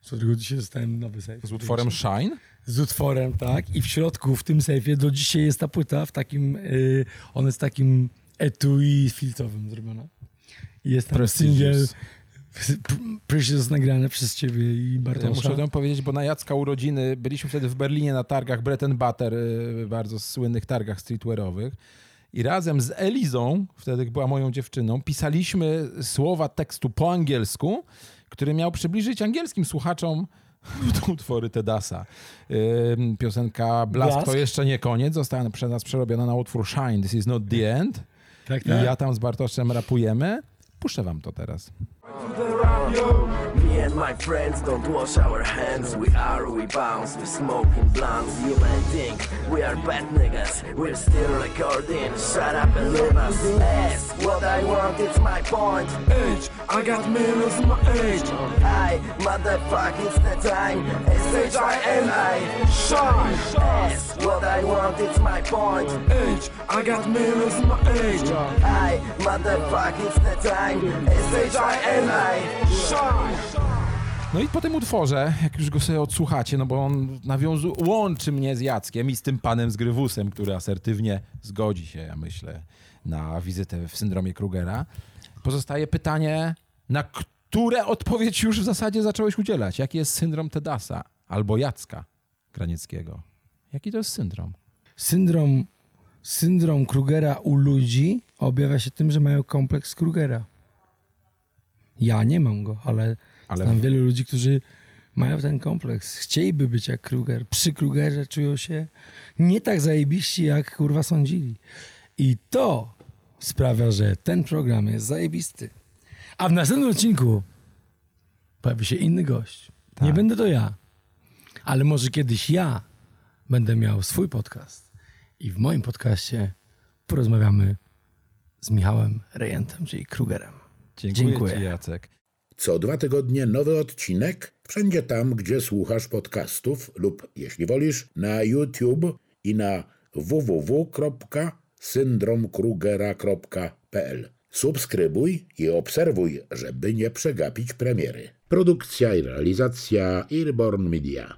S2: Z którego dzisiaj dostałem nowy safe.
S3: Z utworem Shine?
S2: z utworem, tak? I w środku, w tym sejfie, do dzisiaj jest ta płyta w takim, y, ona jest takim etui filcowym zrobiona. I Jest tam single P- Precious nagrane przez ciebie i
S3: Ja muszę
S2: Bartosza.
S3: o tym powiedzieć, bo na Jacka urodziny byliśmy wtedy w Berlinie na targach Bret Butter, y, bardzo słynnych targach streetwearowych. I razem z Elizą, wtedy była moją dziewczyną, pisaliśmy słowa tekstu po angielsku, który miał przybliżyć angielskim słuchaczom utwory Tedasa. Ym, Piosenka Blask,
S2: Blask?
S3: to jeszcze nie koniec, została przez nas przerobiona na utwór Shine, This is not the end.
S2: Tak,
S3: I ja tam z Bartoszem rapujemy. Puszczę wam to teraz.
S7: Me and my friends don't wash our hands. We are, we bounce, we smoking blunts. You may think we are bad niggas. We're still recording. Shut up and leave us. Ask what I want, it's my point. Age, I got millions my age. I, motherfucking it's the time. S-H-I-N-I. Shine. Ask what I want, it's my point. Age, I got millions my age. I, motherfucking it's the time. S-H-I-N-I. Shine.
S3: No i po tym utworze, jak już go sobie odsłuchacie, no bo on nawiązu, łączy mnie z Jackiem i z tym panem z Grywusem, który asertywnie zgodzi się, ja myślę, na wizytę w syndromie Krugera. Pozostaje pytanie, na które odpowiedź już w zasadzie zacząłeś udzielać. Jaki jest syndrom Tedasa albo Jacka Granieckiego? Jaki to jest syndrom?
S2: Syndrom, syndrom Krugera u ludzi objawia się tym, że mają kompleks Krugera. Ja nie mam go, ale,
S3: Ale-
S2: znam wielu ludzi, którzy mają ten kompleks. Chcieliby być jak Kruger. Przy Krugerze czują się nie tak zajebiści, jak kurwa sądzili. I to sprawia, że ten program jest zajebisty. A w następnym odcinku pojawi się inny gość. Nie będę to ja, ale może kiedyś ja będę miał swój podcast. I w moim podcaście porozmawiamy z Michałem Rejentem, czyli Krugerem.
S5: Dziękuję,
S2: Dziękuję.
S5: Ci, Jacek.
S1: Co dwa tygodnie nowy odcinek, wszędzie tam, gdzie słuchasz podcastów lub, jeśli wolisz, na YouTube i na www.syndromkrugera.pl. Subskrybuj i obserwuj, żeby nie przegapić premiery. Produkcja i realizacja Earborn Media.